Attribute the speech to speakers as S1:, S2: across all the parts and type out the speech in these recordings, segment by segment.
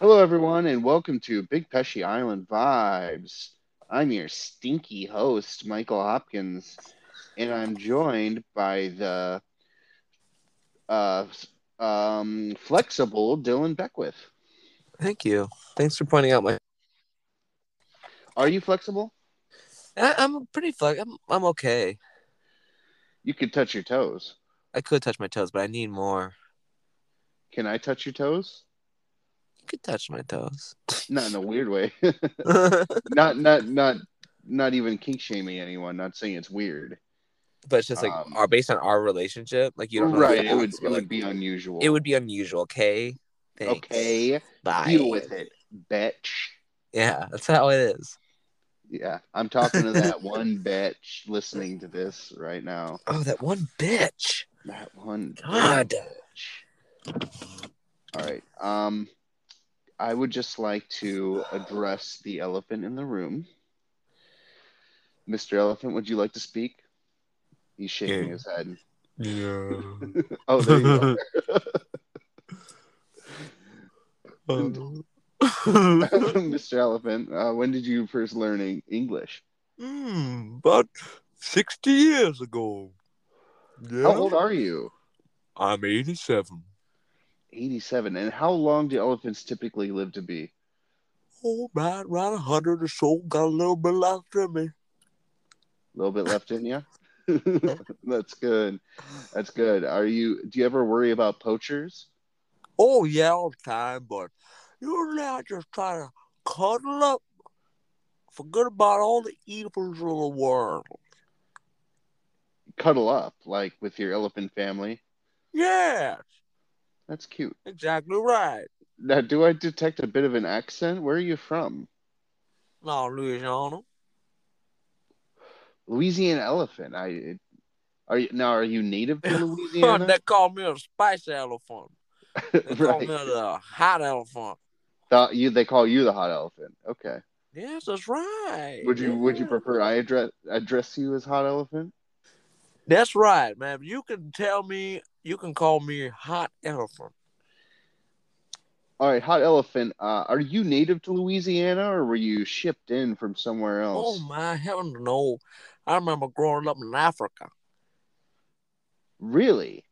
S1: Hello, everyone, and welcome to Big Pesci Island Vibes. I'm your stinky host, Michael Hopkins, and I'm joined by the uh, um, flexible Dylan Beckwith.
S2: Thank you. Thanks for pointing out my.
S1: Are you flexible?
S2: I, I'm pretty flex. I'm I'm okay.
S1: You could touch your toes.
S2: I could touch my toes, but I need more.
S1: Can I touch your toes?
S2: You could touch my toes.
S1: Not in a weird way.
S2: but
S1: not not not not even kink shaming anyone. Not saying it's weird.
S2: it's just like
S1: Um,
S2: our based on our relationship, like you don't know if
S1: right?
S2: it's
S1: It would
S2: possible,
S1: it
S2: like,
S1: would be unusual.
S2: it would be unusual. Okay. Thanks.
S1: okay.
S2: Bye.
S1: Deal with it, bitch.
S2: Yeah, that's how it is.
S1: Yeah, I'm talking to that one bitch listening to this right now.
S2: Oh, that one bitch.
S1: That one
S2: God.
S1: bitch. All right. Um, I would just like to address the elephant in the room. Mr. Elephant, would you like to speak? He's shaking
S2: Yeah.
S1: his head.
S2: No.
S1: Oh, there you go. Mr. Elephant, uh, when did you first learn en- English?
S3: Hmm, about 60 years ago. Yeah.
S1: How old are you?
S3: I'm 87.
S1: 87. And how long do elephants typically live to be?
S3: Oh, man, around 100 or so. Got a little bit left in me.
S1: A little bit left in you. That's good. That's good. Are you? Do you ever worry about poachers?
S3: Oh, yeah, all the time, but usually I just try to cuddle up, forget about all the evils of the world.
S1: Cuddle up, like with your elephant family.
S3: Yes,
S1: That's cute.
S3: exactly right.
S1: Now, do I detect a bit of an accent? Where are you from?
S3: Now, Louisiana,
S1: Louisiana elephant. I it- are you now? Are you native to Louisiana?
S3: they call me a spice elephant. They call
S1: right.
S3: me the hot elephant.
S1: Thought you. They call you the hot elephant. Okay.
S3: Yes, that's right.
S1: Would you? Would you
S3: Yeah.
S1: prefer I address address you as hot elephant?
S3: That's right, man. You can tell me, you can call me hot elephant.
S1: All right, hot elephant. Uh, are you native to Louisiana, or were you shipped in from somewhere
S3: Oh
S1: else?
S3: my heaven, no! I remember growing up in Africa.
S1: Really?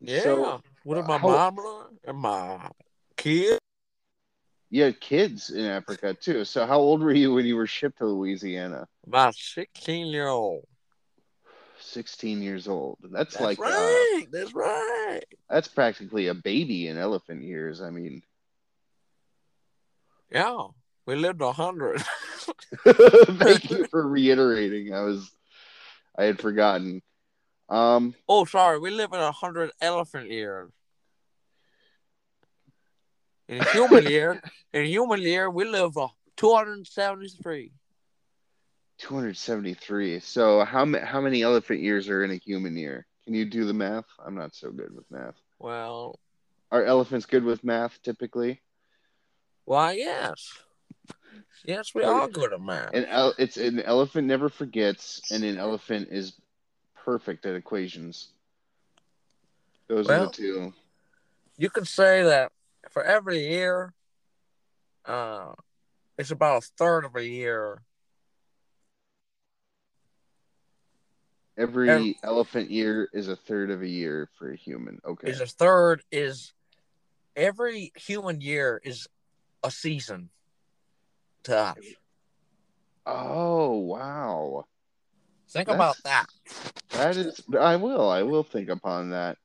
S3: Yeah, Oh,
S1: So,
S3: with my
S1: how-
S3: mama and my kid.
S1: You had kids in Africa too. So how old were you when you were shipped to Louisiana?
S3: My sixteen-year-old.
S1: Sixteen years old. That's,
S3: That's
S1: like uh,
S3: right. that's right.
S1: that's practically a baby in elephant years. I mean,
S3: Yeah, we lived a hundred.
S1: thank you for reiterating. I was I had forgotten. Um,
S3: oh, sorry, we live in a hundred elephant years. In human year, in human year, we live a two hundred and seventy-three.
S1: two hundred seventy three. So how ma- how many elephant years are in a human year? Can you do the math? I'm not so good with math.
S3: Well,
S1: Are elephants good with math typically?
S3: Why, yes. Yes, we
S1: Oh,
S3: are good at math.
S1: An el- it's an elephant never forgets, and an elephant is perfect at equations. Those are
S3: Well-
S1: the two.
S3: You could say that for every year, uh, it's about a third of a year.
S1: Every
S3: and-
S1: elephant year is a third of a year for a human. Okay.
S3: Is a third is every human year is a season to us.
S1: oh wow,
S3: Think
S1: That's-
S3: about that.
S1: that is. I will. I will think upon that.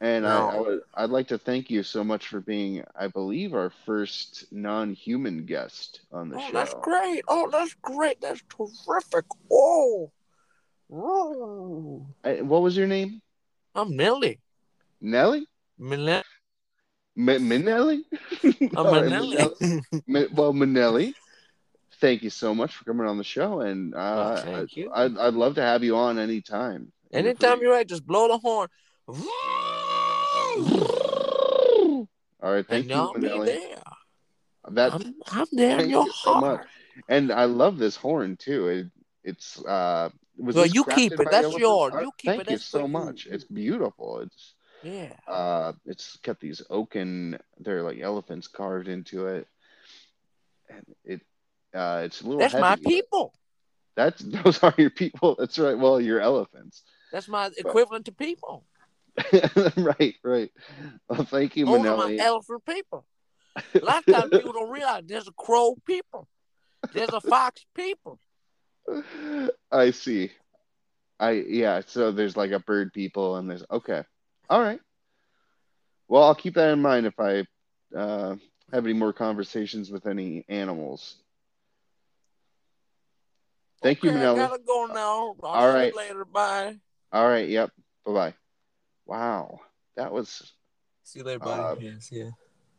S1: And I, I
S3: No.
S1: would. I'd like to thank you so much for being, I believe, our first non-human guest on the
S3: Oh,
S1: show.
S3: that's great. Oh, that's great. That's terrific. Oh, Woo.
S1: I- what was your name?
S3: I'm Nelly.
S1: Nelly.
S3: Mille-
S1: M- Minelli?
S3: I'm
S1: All right,
S3: Manelli.
S1: Mi- well, Manelli, thank you so much for coming on the show, and
S3: Oh,
S1: uh,
S3: thank you.
S1: I, I'd, I'd love to have you on anytime.
S3: Anytime you're right, just blow the horn.
S1: All right, thank
S3: and I'll
S1: you,
S3: be
S1: Manelli.
S3: there.
S1: That
S3: I'm, I'm there in
S1: thank
S3: your
S1: you so
S3: heart.
S1: much. and I love this horn too. It, it's uh, was
S3: Well,
S1: this
S3: you keep
S1: crafted by
S3: it. That's
S1: elephants?
S3: yours.
S1: Uh,
S3: You keep
S1: thank
S3: it.
S1: you
S3: That's for
S1: so
S3: you.
S1: much. It's beautiful. It's
S3: Yeah.
S1: Uh, it's got these oaken, they're like elephants carved into it, and it uh, it's a little.
S3: That's my
S1: heavy, but
S3: people.
S1: That's those are your people. That's right. Well, your elephants.
S3: That's my equivalent to people.
S1: right, right. Well, thank you,
S3: Those are my
S1: Manelli.
S3: elephant people. A lot of times people don't realize there's a crow people. There's a fox people.
S1: I see. I yeah, so there's like a bird people and there's okay. All right. Well, I'll keep that in mind if I uh, have any more conversations with any animals. Thank you,
S3: Okay, I
S1: Manelli.
S3: gotta go now. I'll
S1: All
S3: see
S1: right.
S3: you later. Bye.
S1: All right, yep. Bye-bye. Wow. That was
S2: See you later,
S1: buddy.
S2: yeah, see ya.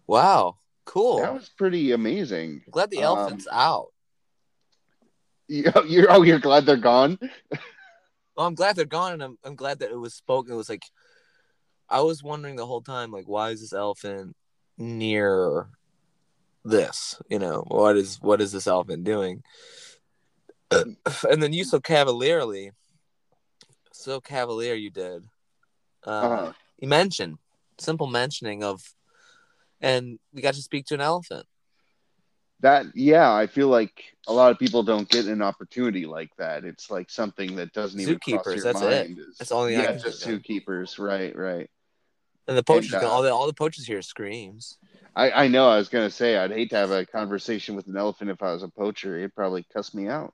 S2: Wow. Cool.
S1: Uh, that was pretty amazing.
S2: Glad the
S1: um,
S2: elephant's out.
S1: You, you're oh, you're glad they're gone?
S2: Well, I'm glad they're gone, and I'm, I'm glad that it was spoken. It was like, I was wondering the whole time, like, why is this elephant near this? You know, what is what is this elephant doing? and then you so cavalierly, so cavalier you did. Uh,
S1: Uh-huh.
S2: You mentioned simple mentioning of, and we got to speak to an elephant.
S1: that yeah i feel like a lot of people don't get an opportunity like that it's like something that doesn't even cross
S2: Zookeepers,
S1: your
S2: that's it.
S1: mind is-
S2: That's the only thing I
S1: yeah
S2: can
S1: just
S2: think
S1: zookeepers right right
S2: And the poachers,
S1: And, uh,
S2: all the all the poachers here screams.
S1: I, I know i was gonna say i'd hate to have a conversation with an elephant if i was a poacher it'd probably cuss me out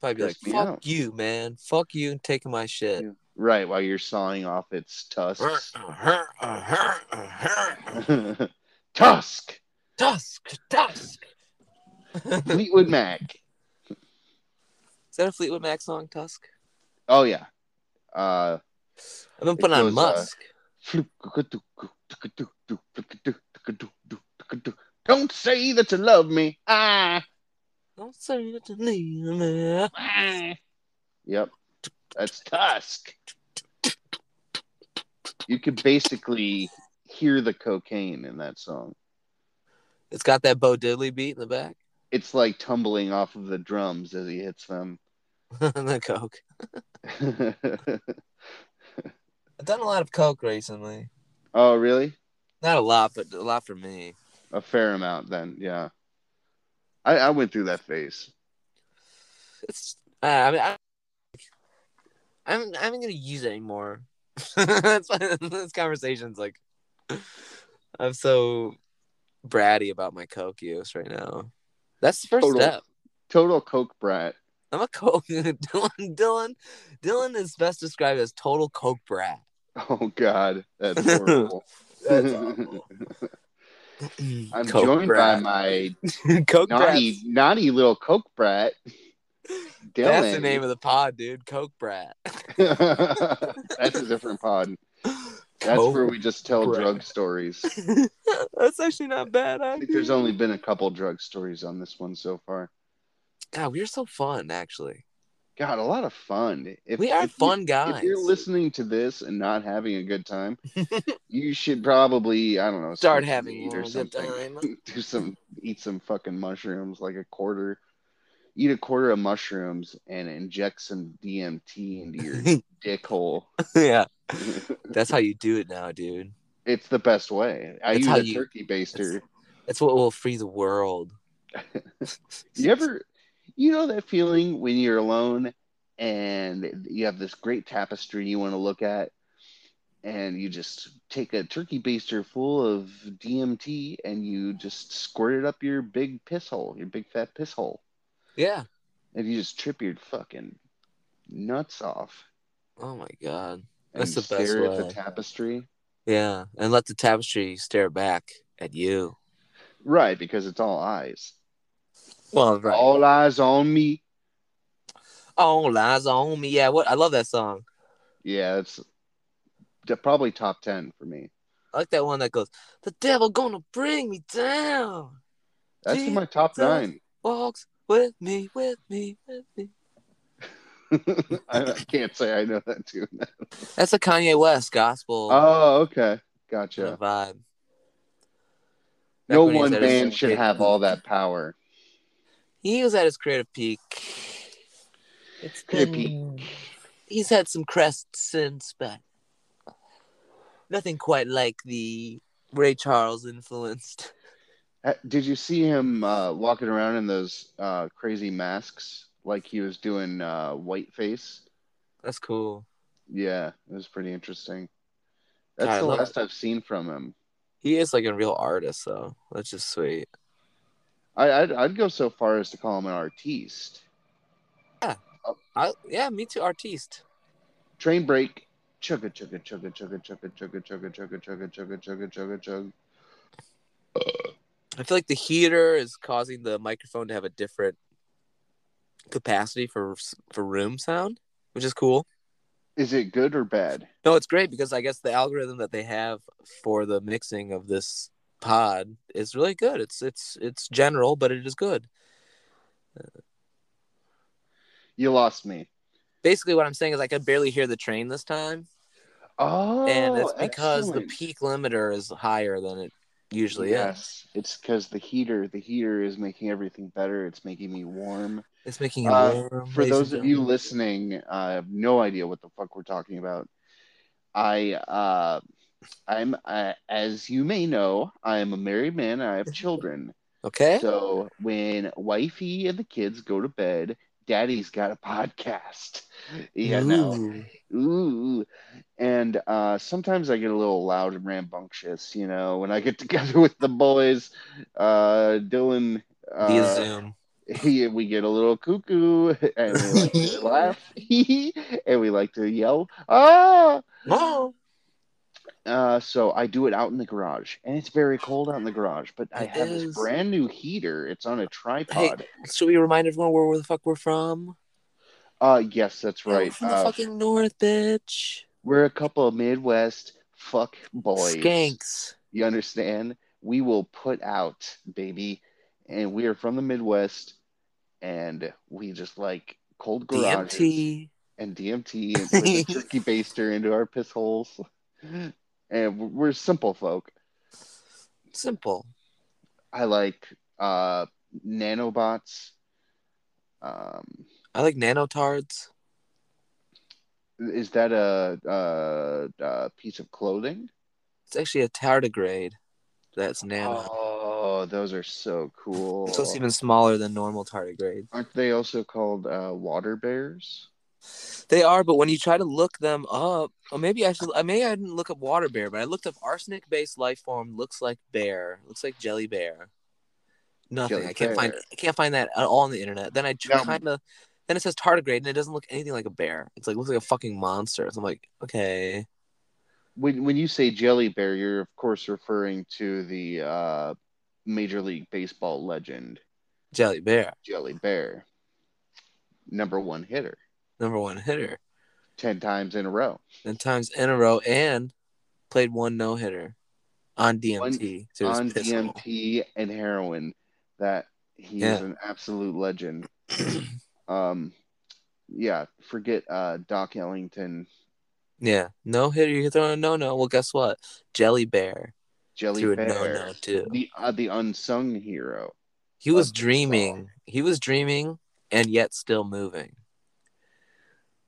S2: Probably be like,
S1: Pissed me
S2: "Fuck
S1: out.
S2: you, man! Fuck you, and taking my shit."
S1: right while you're sawing off its tusks tusk
S2: Dusk, dusk. Is
S1: fleetwood mac
S2: that a Fleetwood Mac song, Tusk?
S1: oh yeah uh
S2: I've been
S1: It
S2: putting on
S1: goes, uh,
S2: Musk.
S1: don't say that you love me ah
S2: Don't say that to leave me.
S1: Yep. That's Tusk. You could basically hear the cocaine in that song.
S2: It's got that Bo Diddley beat in the back.
S1: It's like tumbling off of the drums as he hits them.
S2: And the Coke. I've done a lot of Coke recently.
S1: oh, really?
S2: Not a lot, but a lot for me.
S1: A fair amount then, yeah. I, I went through that phase.
S2: It's. Uh, I mean, I, I'm. I'm gonna use it anymore. that's why this conversation's like. I'm so bratty about my coke use right now. That's the first
S1: Total.
S2: step.
S1: Total coke brat.
S2: I'm a coke. Dylan. Dylan. Dylan is best described as total coke brat.
S1: Oh God, that's horrible.
S2: That's awful.
S1: I'm
S2: Coke
S1: joined
S2: brat.
S1: by
S2: coke
S1: my naughty,
S2: brat.
S1: naughty little coke brat, Dylan.
S2: That's the name of the pod, dude. Coke brat.
S1: That's a different pod. That's
S2: Coke.
S1: where we just tell
S2: Oh, Correct.
S1: drug stories. I
S2: That's actually not bad. I
S1: think there's only been a couple drug stories on this one so far.
S2: God, we're so fun, actually.
S1: God, a lot of fun. If,
S2: we are
S1: if you-
S2: fun guys.
S1: If you're listening to this and not having a good time, you should probably I don't know
S2: Start
S1: smoke
S2: having
S1: weed
S2: a
S1: or
S2: good
S1: something.
S2: time.
S1: Do some eat some fucking mushrooms, like a quarter. Eat a quarter of mushrooms and inject some DMT into your dick hole.
S2: yeah, that's how you do it now, dude.
S1: It's the best way. I
S2: That's
S1: use
S2: how
S1: a
S2: you-
S1: turkey baster.
S2: That's what will free the world.
S1: You ever, you know that feeling when you're alone and you have this great tapestry you want to look at, and you just take a turkey baster full of DMT and you just squirt it up your big piss hole, your big fat piss hole,
S2: Yeah.
S1: and you just trip your fucking nuts off
S2: Oh my god.
S1: and
S2: That's the best
S1: stare at
S2: way.
S1: the tapestry.
S2: Yeah, and let the tapestry stare back at you.
S1: Right, because it's all eyes.
S2: Well, right. All,
S1: All eyes on me.
S2: lies on Oh, me. Yeah, what I love that song.
S1: Yeah, it's de- probably top 10 for me.
S2: I like that one that goes, "The devil gonna bring me down."
S1: That's in my top
S2: Jesus.
S1: nine.
S2: Walks with me, with me, with me.
S1: I, I can't say I know that tune.
S2: That's a Kanye West gospel
S1: Oh, okay.
S2: kinda
S1: Gotcha.
S2: vibe.
S1: No
S2: when he was
S1: one
S2: at his
S1: band should
S2: creative
S1: have
S2: peak.
S1: all that power.
S2: He was at his creative peak. It's
S1: Creative
S2: been, he's had some crests since, but nothing quite like the Ray Charles influenced.
S1: Uh, Did you see him uh, walking around in those uh, crazy masks like he was doing uh, whiteface?
S2: That's cool.
S1: Yeah, it was pretty interesting. That's
S2: I
S1: the
S2: love
S1: last I've seen from him.
S2: He is like a real artist, though. That's just sweet.
S1: I, I'd, I'd go so far as to call him an artiste.
S2: I yeah, me too. Artiste.
S1: Train break. Chugga chugga chugga chugga chugga chugga chugga chugga chugga chugga chugga chugga chug.
S2: I feel like the heater is causing the microphone to have a different capacity for for room sound, which is cool.
S1: Is it good or bad?
S2: No, it's great because I guess the algorithm that they have for the mixing of this pod is really good. It's it's it's general, but it is good.
S1: You lost me.
S2: Basically, what I'm saying is I could barely hear the train this time,
S1: Oh,
S2: and it's because
S1: excellent.
S2: the peak limiter is higher than it usually is.
S1: Yes, it's because the heater. The heater is making everything better. It's making me warm.
S2: It's making it
S1: Uh,
S2: warm,
S1: For
S2: ladies
S1: those
S2: and
S1: of you
S2: gentlemen.
S1: listening, I have no idea what the fuck we're talking about. I, uh, I'm, uh, as you may know, I am a married man. And I have children.
S2: okay?
S1: So when wifey and the kids go to bed, daddy's got a podcast. Yeah, no.
S2: Ooh.
S1: Ooh. And uh, sometimes I get a little loud and rambunctious, you know, when I get together with the boys, uh, Dylan.
S2: via
S1: Uh,
S2: Zoom.
S1: he, we get a little cuckoo and we like to laugh and we like to yell. Ah!
S2: Oh,
S1: Uh, so I do it out in the garage, and it's very cold out in the garage. But I
S2: It
S1: have
S2: is.
S1: this brand new heater. It's on a tripod.
S2: should we remind everyone where, where the fuck we're from?
S1: Uh, yes, that's
S2: We're
S1: right.
S2: Oh, from the
S1: Uh,
S2: fucking north, bitch.
S1: we're a couple of Midwest fuck boys.
S2: Skanks.
S1: You understand? We will put out, baby, and we are from the Midwest, and we just like cold garages
S2: DMT.
S1: and DMT and with a turkey baster into our piss holes. And we're simple folk.
S2: Simple.
S1: I like uh, nanobots. Um,
S2: I like nanotards.
S1: is that a, a, a piece of clothing?
S2: It's actually a tardigrade. That's nano.
S1: Oh, those are so cool.
S2: so it's even smaller than normal tardigrades.
S1: Aren't they also called uh, water bears?
S2: They are, but when you try to look them up, or maybe I should, I maybe I didn't look up water bear, but I looked up arsenic based life form looks like bear, looks like jelly bear. Nothing.
S1: Jelly
S2: I can't find.
S1: bear.
S2: I can't find that at all on the internet. Then I
S1: No.
S2: kind of. Then it says tardigrade, and it doesn't look anything like a bear. It's like looks like a fucking monster. So I'm like, okay,
S1: When when you say jelly bear, you're of course referring to the uh, Major League Baseball legend
S2: jelly bear,
S1: Jelly Bear, number one hitter,
S2: number one hitter,
S1: ten times in a row.
S2: ten times in a row, and played one no hitter on DMT. so it was
S1: on
S2: piss hole.
S1: DMT and heroin that he
S2: Yeah.
S1: is an absolute legend. um, yeah, forget uh, Doc Ellington,
S2: Yeah, no hitter. You can throw a no no. Well, guess what? Jelly bear
S1: Jelly
S2: threw a
S1: Bear,
S2: no no too.
S1: the uh, the unsung hero.
S2: He was
S1: Love this
S2: dreaming. He was dreaming and yet still moving.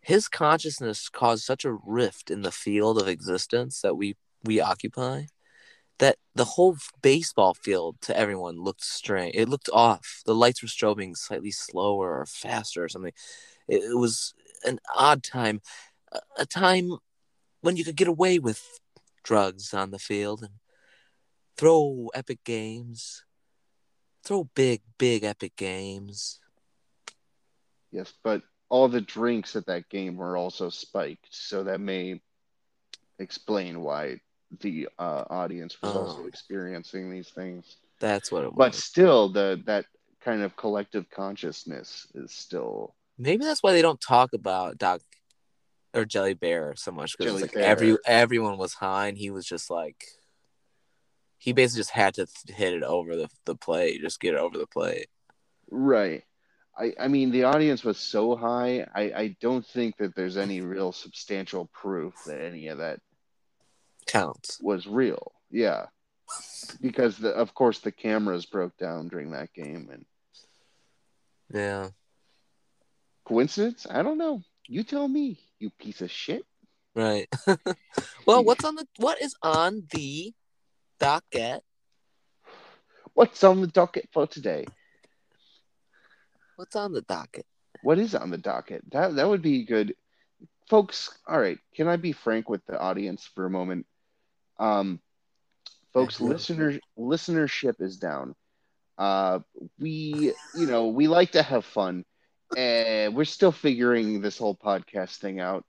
S2: His consciousness caused such a rift in the field of existence that we we occupy that the whole baseball field to everyone looked strange. It looked off. The lights were strobing slightly slower or faster or something. It, it was an odd time, a, a time when you could get away with drugs on the field and throw epic games, throw big, big epic games.
S1: Yes, but all the drinks at that game were also spiked, so that may explain why the uh, audience was
S2: Oh.
S1: also experiencing these things.
S2: That's what it
S1: But
S2: was.
S1: still, the that kind of collective consciousness is still
S2: Maybe that's why they don't talk about Doc or Jelly Bear so much because
S1: Jelly
S2: like
S1: Bear.
S2: every everyone was high and he was just like he basically just had to th- hit it over the the plate, just get it over the plate.
S1: Right. I, I mean, the audience was so high. I, I don't think that there's any real substantial proof that any of that
S2: Counts.
S1: was real. Yeah. Because, the, of course, the cameras broke down during that game. And
S2: Yeah.
S1: coincidence? I don't know. You tell me, you piece of shit.
S2: Right. well, what's on the what is on the docket?
S1: What's on the docket for today?
S2: What's on the docket?
S1: What is on the docket? That that would be good. Folks, all right, can I be frank with the audience for a moment? Um folks,
S2: Yeah.
S1: listener listenership is down. Uh we, you know, we like to have fun and we're still figuring this whole podcast thing out.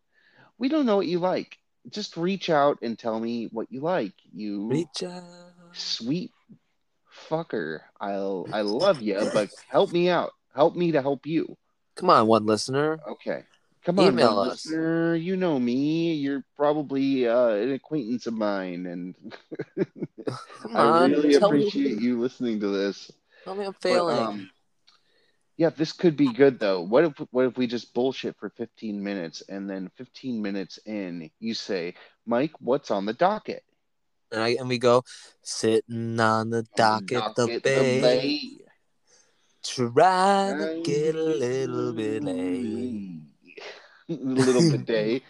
S1: We don't know what you like. Just reach out and tell me what you like. You
S2: Reach out.
S1: sweet fucker. I'll I love you, but help me out. Help me to help you.
S2: Come on, one listener.
S1: Okay. Come on,
S2: Email
S1: one
S2: us.
S1: listener. You know me. You're probably uh, an acquaintance of mine, and
S2: Come
S1: I
S2: on.
S1: really
S2: tell
S1: appreciate
S2: me,
S1: you listening to this.
S2: Tell me I'm
S1: But,
S2: failing.
S1: um, yeah, this could be good though. What if what if we just bullshit for 15 minutes, and then 15 minutes in, you say, "Mike, what's on the docket?"
S2: and I and we go sitting on the docket, the bay, trying to get a little bit late.
S1: A little bit day.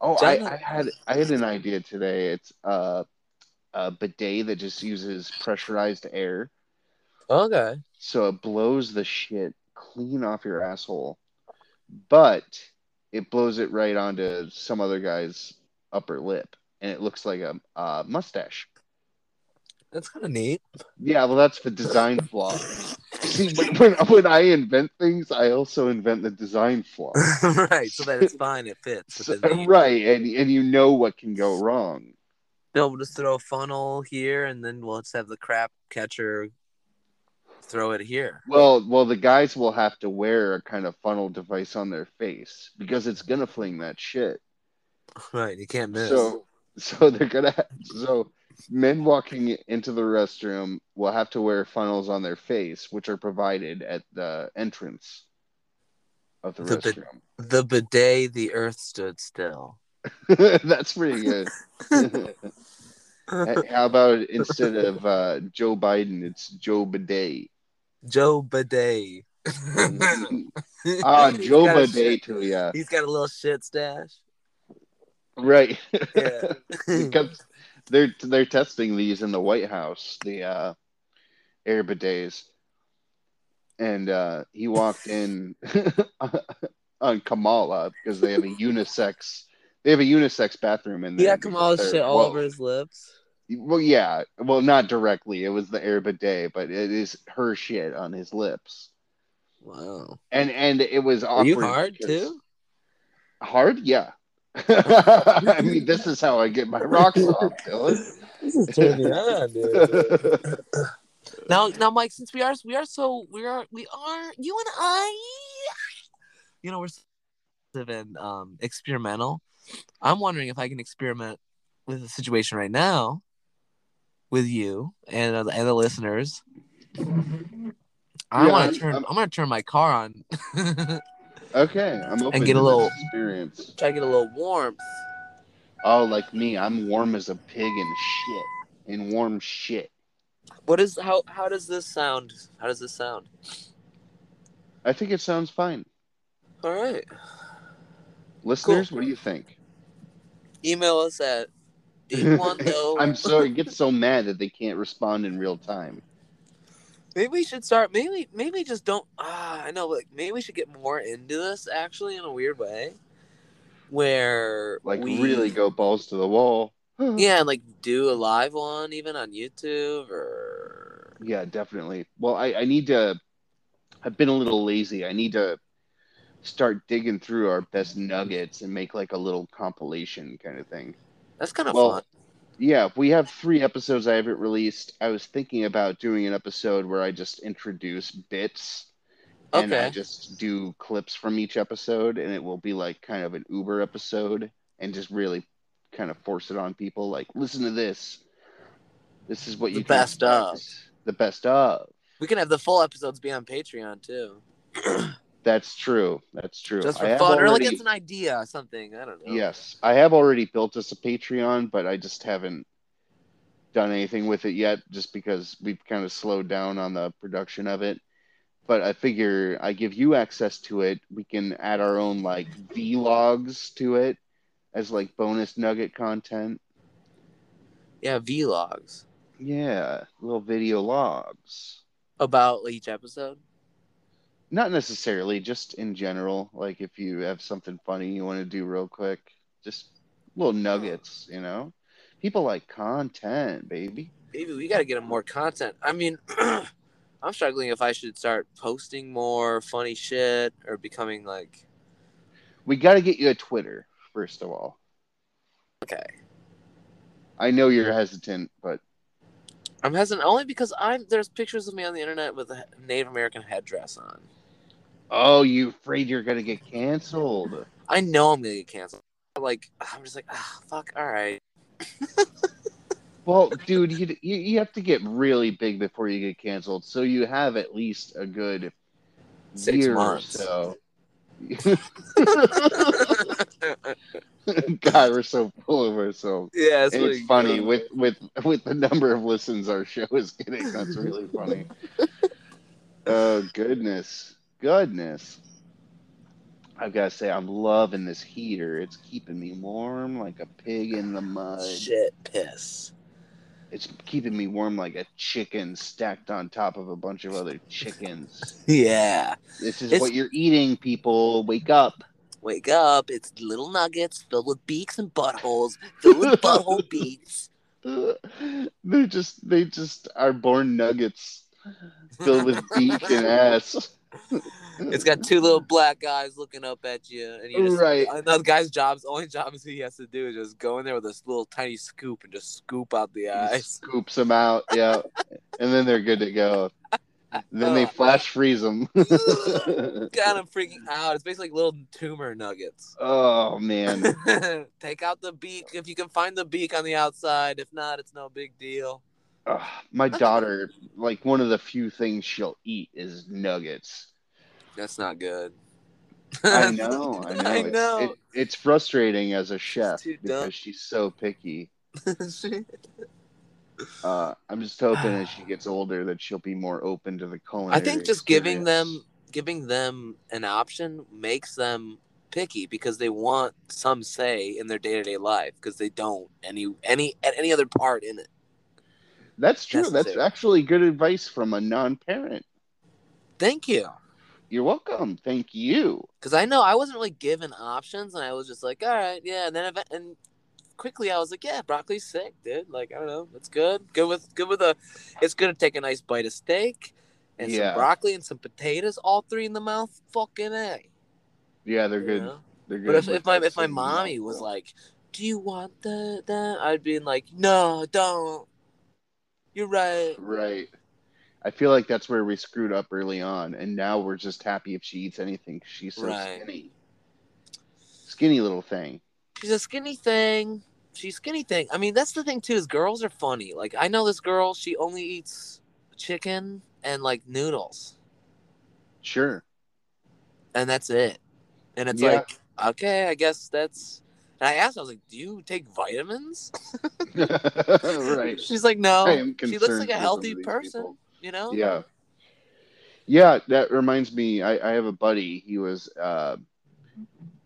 S1: Oh, I,
S2: Jonah.
S1: I had I had an idea today. It's uh, a bidet that just uses pressurized air,
S2: Okay.
S1: so it blows the shit clean off your asshole, but it blows it right onto some other guy's upper lip, and it looks like a, uh mustache.
S2: That's kind of neat.
S1: Yeah, well, that's the design flaw. See, when, when when I invent things, I also invent the design flaw.
S2: right. So that it's fine. It fits.
S1: So-
S2: within the-
S1: right, and and you know what can go wrong.
S2: No, we'll just throw a funnel here, and then we'll just have the crap catcher throw it here.
S1: Well, well, the guys will have to wear a kind of funnel device on their face because it's gonna fling that shit.
S2: Right, you can't miss.
S1: So, so they're gonna so men walking into the restroom will have to wear funnels on their face, which are provided at the entrance of the
S2: The bit-
S1: restroom.
S2: the bidet, the earth stood still.
S1: That's pretty good. How about instead of uh, Joe Biden, it's Joe Bidet.
S2: Joe Bidet.
S1: Ah,
S2: He's
S1: Joe
S2: got a
S1: Bidet
S2: shit-
S1: to ya.
S2: He's got a little shit stash.
S1: Right.
S2: Yeah.
S1: Because they're they're testing these in the White House, the uh, air bidets, and uh, he walked in on Kamala because they have a unisex they have a unisex bathroom in there.
S2: yeah, Kamal's
S1: because
S2: shit
S1: they're-
S2: all
S1: well,
S2: over his lips.
S1: Well, yeah, well, not directly. It was the air bidet, but it is her shit on his lips,
S2: Wow.
S1: and and it was
S2: Are
S1: awkward.
S2: you hard
S1: because-
S2: too?
S1: Hard, yeah. I mean, this is how I get my rocks off, Dylan.
S2: This is turning me on, dude. Now, now, Mike, since we are we are so we are we are you and I, you know, we're so and um experimental. I'm wondering if I can experiment with the situation right now, with you and uh, and the listeners. I
S1: Yeah,
S2: want
S1: I'm-
S2: to turn.
S1: I'm-
S2: I'm, gonna turn my car on.
S1: okay, I'm open
S2: get a
S1: to
S2: little-
S1: this experience.
S2: Try to get a little warmth.
S1: Oh, like me, I'm warm as a pig in shit, in warm shit.
S2: What is how how does this sound? How does this sound?
S1: I think it sounds fine.
S2: All right.
S1: Listeners, what do you think?
S2: Email us at do you want though?
S1: I'm so it gets so mad that they can't respond in real time.
S2: Maybe we should start. Maybe maybe just don't. Ah, I know. Like maybe we should get more into this actually in a weird way, where
S1: Like
S2: we,
S1: really go balls to the wall.
S2: Yeah, and like do a live one even on YouTube or
S1: Yeah, definitely. Well, I, I need to. I've been a little lazy. I need to start digging through our best nuggets and make like a little compilation kind of thing.
S2: that's kind of
S1: Well,
S2: fun.
S1: Yeah, we have three episodes I haven't released. I was thinking about doing an episode where I just introduce bits and I
S2: Okay,
S1: just do clips from each episode, and it will be like kind of an Uber episode and just really kind of force it on people. Like, listen to this. This is what
S2: The
S1: you can
S2: best of.
S1: expect. The best of.
S2: we can have the full episodes be on Patreon too,
S1: That's true. That's true.
S2: just
S1: I
S2: for
S1: have
S2: fun, or like
S1: already-
S2: it's an idea or something. I don't know.
S1: Yes, I have already built us a Patreon, but I just haven't done anything with it yet, just because we've kind of slowed down on the production of it. But I figure I give you access to it. We can add our own like vlogs to it, as like bonus nugget content.
S2: Yeah, vlogs
S1: Yeah, little video logs.
S2: about each episode.
S1: Not necessarily, just in general. Like if you have something funny you want to do real quick, just little nuggets, you know? People like content, baby.
S2: Baby, we got to get him more content. I mean, I'm struggling if I should start posting more funny shit or becoming like,
S1: We got to get you a Twitter, first of all.
S2: okay.
S1: I know you're hesitant, but
S2: I'm hesitant only because I'm there's pictures of me on the internet with a Native American headdress on.
S1: oh, you afraid you're going to get canceled.
S2: I know I'm gonna get canceled. Like I'm just like, ah, fuck, all right.
S1: Well, dude, you, you you have to get really big before you get canceled. So you have at least a good
S2: Six
S1: year
S2: months.
S1: or so. God, we're so full of ourselves.
S2: yeah,
S1: And it's funny
S2: uh,
S1: with with with the number of listens our show is getting. That's really funny. oh goodness, goodness! I've got to say, I'm loving this heater. It's keeping me warm like a pig in the mud.
S2: shit piss.
S1: It's keeping me warm like a chicken stacked on top of a bunch of other chickens.
S2: Yeah.
S1: This is
S2: It's-
S1: what you're eating, people. Wake up.
S2: Wake up! It's little nuggets filled with beaks and buttholes, filled with butthole beaks.
S1: They're just they just are born nuggets filled with beak and ass.
S2: It's got two little black guys looking up at you, and you just
S1: Right.
S2: another guy's job's only job is he has to do is just go in there with this little tiny scoop and just scoop out the
S1: He
S2: eyes.
S1: scoops them out, yeah, and then they're good to go. Then
S2: Oh.
S1: they flash freeze them.
S2: God, I'm freaking out. It's basically like little tumor nuggets.
S1: oh man,
S2: Take out the beak if you can find the beak on the outside. If not, it's no big deal.
S1: Ugh, my daughter, like one of the few things she'll eat is nuggets.
S2: That's not good.
S1: I know, I know.
S2: I
S1: It-
S2: know.
S1: it- it's frustrating as a chef
S2: too
S1: because
S2: dumb.
S1: she's so picky. Uh, I'm just hoping as she gets older that she'll be more open to the culinary.
S2: I think just giving them
S1: experience.
S2: giving them an option makes them picky because they want some say in their day to day life because they don't any any at any other part in it.
S1: That's true.
S2: That's
S1: That's
S2: it.
S1: actually good advice from a non-parent.
S2: Thank you.
S1: You're welcome. Thank you.
S2: Because I know I wasn't really given options, and I was just like, all right, yeah. And then event- and quickly I was like, yeah, broccoli's sick, dude. Like I don't know, it's good. Good with good with a. It's gonna take a nice bite of steak, and
S1: Yeah.
S2: some broccoli and some potatoes, all three in the mouth. Fucking a.
S1: Yeah, they're
S2: you
S1: good.
S2: know?
S1: They're good.
S2: But if,
S1: with
S2: if my
S1: that
S2: if my
S1: same
S2: mommy was
S1: milk.
S2: like, do you want the that? I'd be like, no, don't. You're right.
S1: right, I feel like that's where we screwed up early on, and now we're just happy if she eats anything. She's so
S2: Right.
S1: skinny, skinny little thing.
S2: she's a skinny thing. She's skinny thing. I mean, that's the thing too. Is girls are funny. Like I know this girl. She only eats chicken and like noodles,
S1: Sure.
S2: and that's it. And it's
S1: Yeah.
S2: like, okay, I guess that's. And I asked, her, I was like, "Do you take vitamins?"
S1: right.
S2: She's like, "No."
S1: I am
S2: She looks
S1: concerned
S2: like a
S1: for
S2: healthy
S1: some of these
S2: person.
S1: people.
S2: You know.
S1: Yeah. Yeah, that reminds me. I, I have a buddy. He was uh,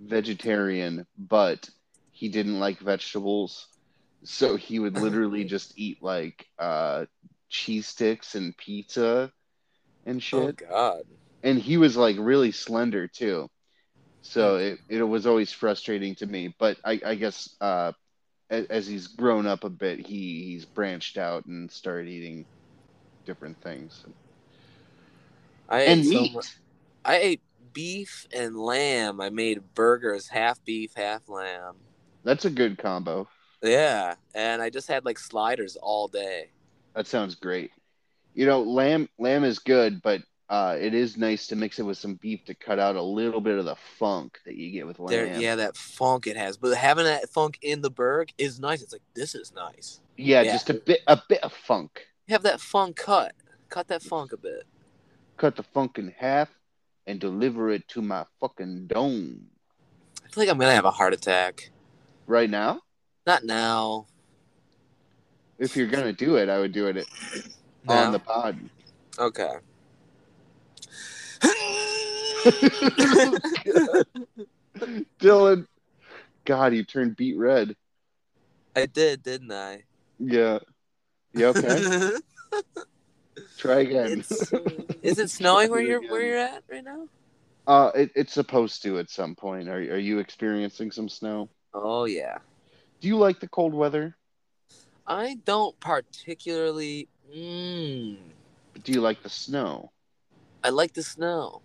S1: vegetarian, but he didn't like vegetables. So he would literally just eat like uh, cheese sticks and pizza and
S2: Oh
S1: shit.
S2: God.
S1: And he was like really slender too. So it, it was always frustrating to me. But I, I guess uh, as, as he's grown up a bit, he, he's branched out and started eating different things.
S2: I
S1: And
S2: ate so
S1: meat.
S2: mu- I ate beef and lamb. I made burgers, half beef, half lamb.
S1: That's a good combo.
S2: Yeah, and I just had like sliders all day.
S1: That sounds great. You know, lamb lamb is good, but uh, it is nice to mix it with some beef to cut out a little bit of the funk that you get with
S2: There,
S1: lamb.
S2: yeah, that funk it has, but having that funk in the burg is nice. It's like this is nice.
S1: Yeah,
S2: Yeah.
S1: just a bit a bit of funk.
S2: Have that funk cut, cut that funk a bit.
S1: Cut the funk in half and deliver it to my fucking dome.
S2: I feel like I'm gonna have a heart attack.
S1: Right now,
S2: Not now.
S1: if you're gonna do it, I would do it at-
S2: No.
S1: on the pod.
S2: Okay.
S1: Dylan, God, you turned beet red.
S2: I did, didn't I?
S1: Yeah. You okay? Try again.
S2: It's- is it snowing where
S1: Do it
S2: you're where
S1: again.
S2: you're at right now?
S1: Uh, it, it's supposed to at some point. Are, are you experiencing some snow?
S2: Oh yeah.
S1: Do you like the cold weather?
S2: I don't particularly. Mm,
S1: Do you like the snow?
S2: I like the snow.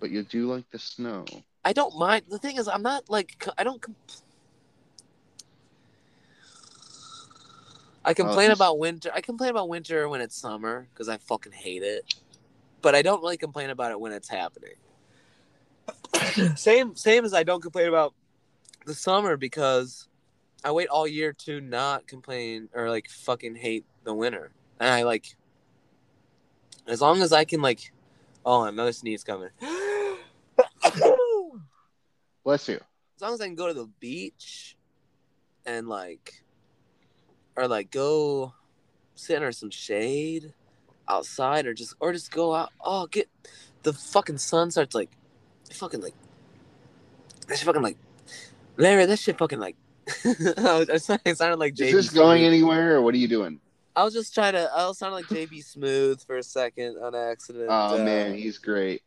S1: But you do like the snow.
S2: I don't mind. The thing is, I'm not like co- I don't. Compl- I complain
S1: just-
S2: about winter. I complain about winter when it's summer because I fucking hate it. But I don't really complain about it when it's happening. same, same as I don't complain about the summer because I wait all year to not complain or like fucking hate the winter. And I like, as long as I can like, oh, another sneeze coming.
S1: Bless you.
S2: as long as I can go to the beach and like or like go sit under some shade outside or just or just go out oh get the fucking sun starts like fucking like that shit fucking like Larry that shit fucking like I, was, I sounded- I sounded like JB
S1: Is this going
S2: Smooth.
S1: anywhere or what are you doing?
S2: I was just trying to I was sounding like JB Smooth for a second on accident
S1: Oh
S2: Uh,
S1: man, he's great.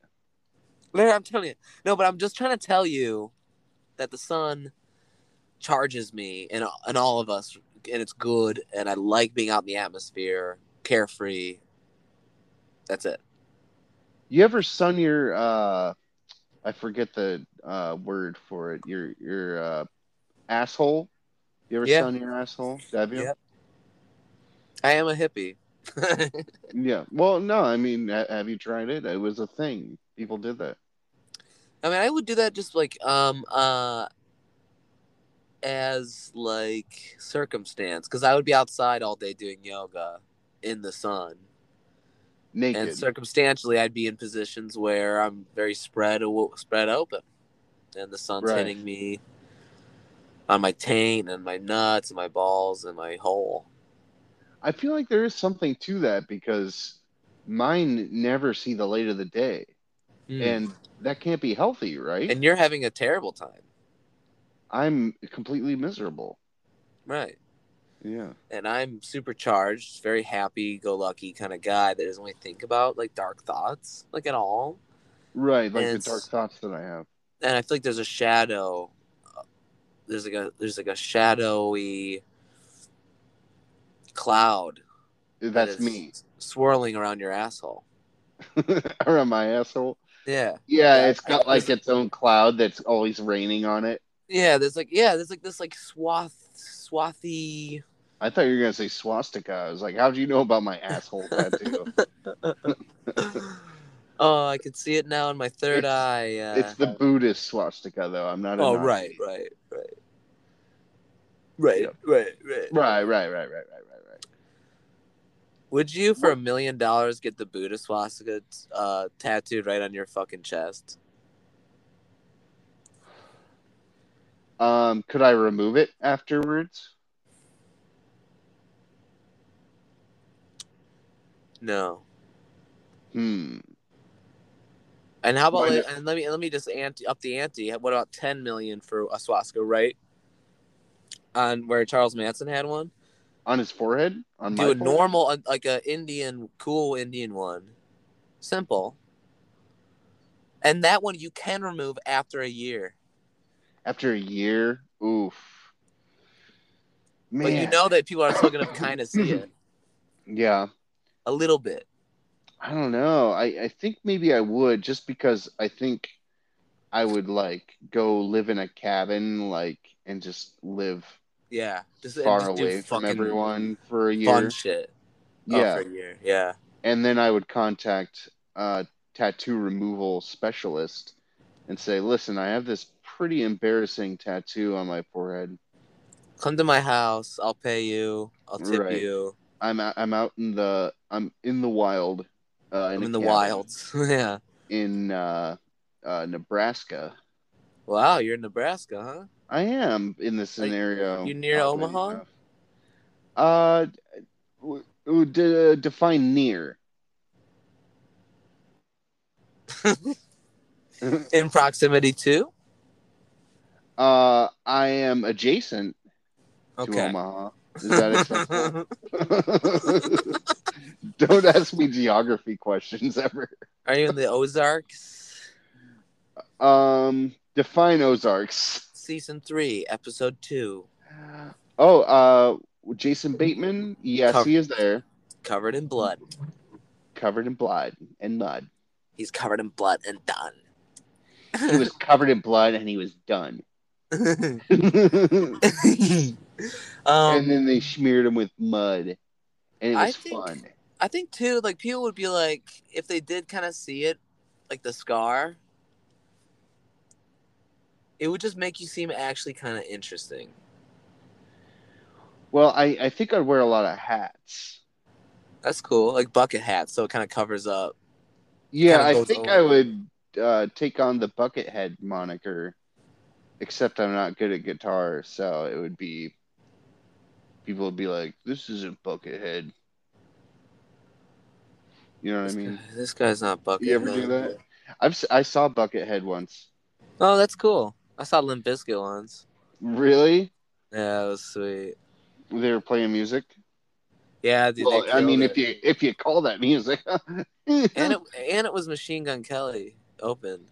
S2: Larry, I'm telling you. No, but I'm just trying to tell you that the sun charges me and and all of us, and it's good, and I like being out in the atmosphere, carefree. That's it.
S1: You ever sun your uh I forget the uh word for it. Your your uh asshole? You ever
S2: Yeah.
S1: sun your asshole? Have you?
S2: Yep. I am a hippie.
S1: Yeah. Well, no, I mean, ha- have you tried it? It was a thing. People did that.
S2: I mean, I would do that just like um uh as like circumstance, because I would be outside all day doing yoga in the sun.
S1: Naked.
S2: and circumstantially i'd be in positions where i'm very spread o- spread open and the sun's
S1: Right.
S2: hitting me on my taint and my nuts and my balls and my hole
S1: I feel like there is something to that because mine never see the light of the day, and that can't be healthy, right?
S2: Hmm. and you're having a terrible time
S1: I'm completely miserable.
S2: right
S1: Yeah.
S2: and i'm supercharged very happy go lucky kind of guy that doesn't really think about like dark thoughts like at all
S1: Right, like
S2: It's-
S1: the dark thoughts that I have.
S2: and I feel like there's a shadow. uh, There's like a there's like a shadowy cloud that
S1: That's
S2: is
S1: me.
S2: swirling around your asshole.
S1: Around my asshole.
S2: Yeah,
S1: Yeah,
S2: Yeah,
S1: it's got like its own cloud that's always raining on it.
S2: yeah. There's like yeah. There's like this like swath swathy.
S1: I thought you were gonna say swastika. I was like, how do you know about my asshole tattoo?
S2: oh, I can see it now in my third
S1: It's-
S2: eye. Uh,
S1: it's the Buddhist swastika, though. I'm not. a
S2: oh
S1: Nazi.
S2: right, right, right, right,
S1: Yeah.
S2: right,
S1: Right, right,
S2: right,
S1: right, right, right, right, right.
S2: Would you, for a million dollars, get the Buddha swastika uh, tattooed right on your fucking chest?
S1: Um, could I remove it afterwards?
S2: No.
S1: Hmm.
S2: And how about
S1: Why
S2: like, and let me let me just ante, up the ante. What about ten million for a swastika, right? On where Charles Manson had one.
S1: On his forehead? On my
S2: Do a
S1: forehead?
S2: normal, uh, like a Indian, cool Indian one, simple. And that one you can remove after a year,
S1: After a year? Oof. Man.
S2: but you know that people are still gonna kind of see it
S1: Yeah.
S2: a little bit.
S1: I don't know. I, I think maybe I would just because I think I would like go live in a cabin, like, and just live
S2: Yeah, just and
S1: far
S2: just do
S1: away from
S2: fucking
S1: everyone for a year.
S2: Fun shit. Oh,
S1: Yeah.
S2: for a year. Yeah.
S1: and then I would contact a tattoo removal specialist and say, "Listen, I have this pretty embarrassing tattoo on my forehead.
S2: Come to my house. I'll pay you. I'll tip
S1: Right.
S2: you.
S1: I'm out, I'm out in the I'm in the wild, uh,
S2: I'm
S1: a
S2: in the
S1: cabin
S2: wilds. yeah.
S1: in uh, uh, Nebraska.
S2: Wow, you're in Nebraska, huh?
S1: I am in this
S2: Are you-
S1: scenario.
S2: you near
S1: oddly
S2: Omaha?
S1: enough. Uh, w- w- d- define near.
S2: in proximity to
S1: Uh, I am adjacent to
S2: Okay.
S1: Omaha. Is that acceptable? Don't ask me geography questions ever.
S2: Are you in the Ozarks?
S1: Um, define Ozarks.
S2: Season three, episode two,
S1: Oh, uh, Jason Bateman. Yes,
S2: Cover-
S1: he is there,
S2: covered in blood.
S1: covered in blood and mud.
S2: He's covered in blood and
S1: He was covered in blood and he was done.
S2: done.
S1: and
S2: um,
S1: then they smeared him with mud, and it
S2: I
S1: was
S2: think-
S1: fun.
S2: I think too, like people would be like, if they did kind of see it, like the scar, it would just make you seem actually kind of interesting.
S1: Well, I, I think I'd wear a lot of hats.
S2: That's cool, like bucket hat, so it kind of covers up.
S1: Yeah,
S2: Kinda
S1: I
S2: goes
S1: think
S2: over.
S1: I would uh, take on the Buckethead moniker, except I'm not good at guitar, so it would be people would be like, "This isn't Buckethead." You know what
S2: This
S1: I mean?
S2: guy- this guy's not bucket.
S1: You ever do that? I've s- I saw Buckethead once.
S2: Oh, that's cool. I saw Limp Bizkit once.
S1: Really?
S2: Yeah, that was sweet.
S1: They were playing music.
S2: Yeah, dude.
S1: well,
S2: they
S1: I mean,
S2: killed
S1: if
S2: it.
S1: you if you call that music,
S2: and it and it was Machine Gun Kelly opened.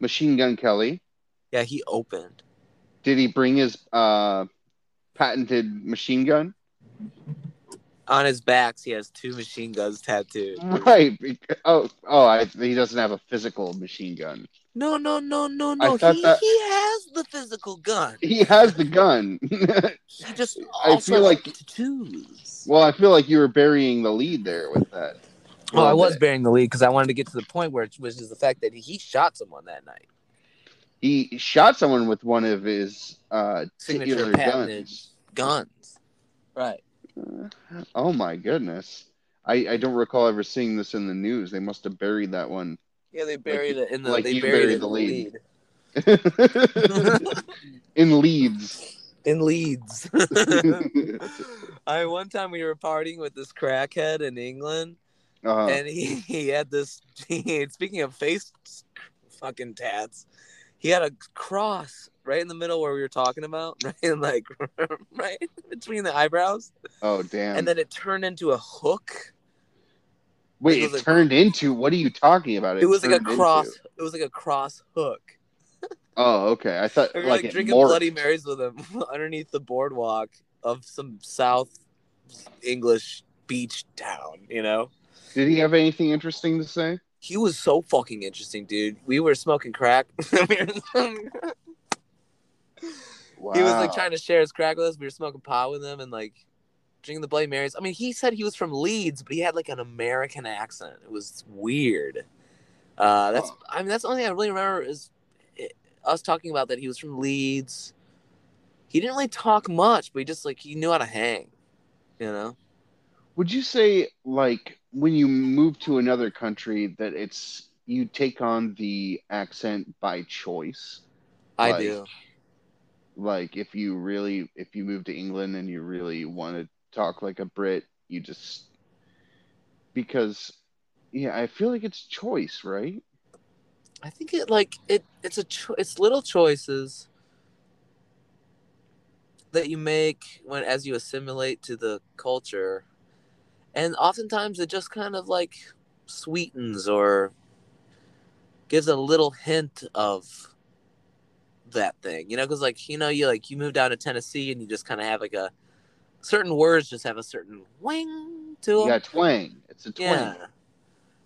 S1: Machine Gun Kelly.
S2: Yeah, he opened.
S1: Did he bring his uh, patented machine gun?
S2: On his backs, he has two machine guns tattooed.
S1: Right. bec- Oh, oh, I, he doesn't have a physical machine gun.
S2: No, no, no, no,
S1: I
S2: no. He,
S1: thought that-
S2: he has the physical gun.
S1: He has the gun.
S2: He just
S1: I
S2: also
S1: feel like-
S2: has tattoos.
S1: well, I feel like you were burying the lead there with that.
S2: Well, Oh, I was bearing the lead because I wanted to get to the point where, which is the fact that he shot someone that night.
S1: He shot someone with one of his uh,
S2: Signature
S1: titular
S2: patented.
S1: guns.
S2: Guns. Right.
S1: Oh my goodness! I, I don't recall ever seeing this in the news. They must have buried that one.
S2: Yeah, they buried it in the.
S1: like
S2: they
S1: you
S2: buried,
S1: buried
S2: it in
S1: the lead.
S2: the lead.
S1: in Leeds.
S2: In Leeds. I one time we were partying with this crackhead in England,
S1: Uh,
S2: and he, he had this. He, speaking of face fucking tats, he had a cross right in the middle where we were talking about, right in like right between the eyebrows,
S1: oh damn!
S2: and then it turned into a hook.
S1: Wait,
S2: it
S1: it,
S2: was a-
S1: turned into. What are you talking about?
S2: It was like a
S1: turned
S2: cross.
S1: into-
S2: It was like a cross hook.
S1: Oh, okay. I thought
S2: We were
S1: like,
S2: like,
S1: it
S2: drinking
S1: morphed.
S2: Bloody Marys with him underneath the boardwalk of some South English beach town. You know.
S1: Did he have anything interesting to say?
S2: he was so fucking interesting, dude. We were smoking crack. We were-
S1: Wow.
S2: He was like trying to share his crack with us. We were smoking pot with him and like drinking the Bloody Marys. I mean, he said he was from Leeds, but he had like an American accent. It was weird. Uh, that's I mean that's the only thing I really remember is it, us talking about that he was from Leeds. He didn't really talk much, but he just like he knew how to hang, you know.
S1: Would you say like when you move to another country that it's you take on the accent by choice?
S2: I
S1: Like-
S2: do.
S1: Like if you really if you move to England and you really want to talk like a Brit, you just because yeah, I feel like it's choice, right?
S2: I think it like it it's a cho- it's little choices that you make when as you assimilate to the culture and oftentimes it just kind of like sweetens or gives a little hint of that thing you know because like you know you like you move down to tennessee and you just kind of have like a certain words just have a certain wing to them
S1: Yeah, twang. It's a twang.
S2: yeah.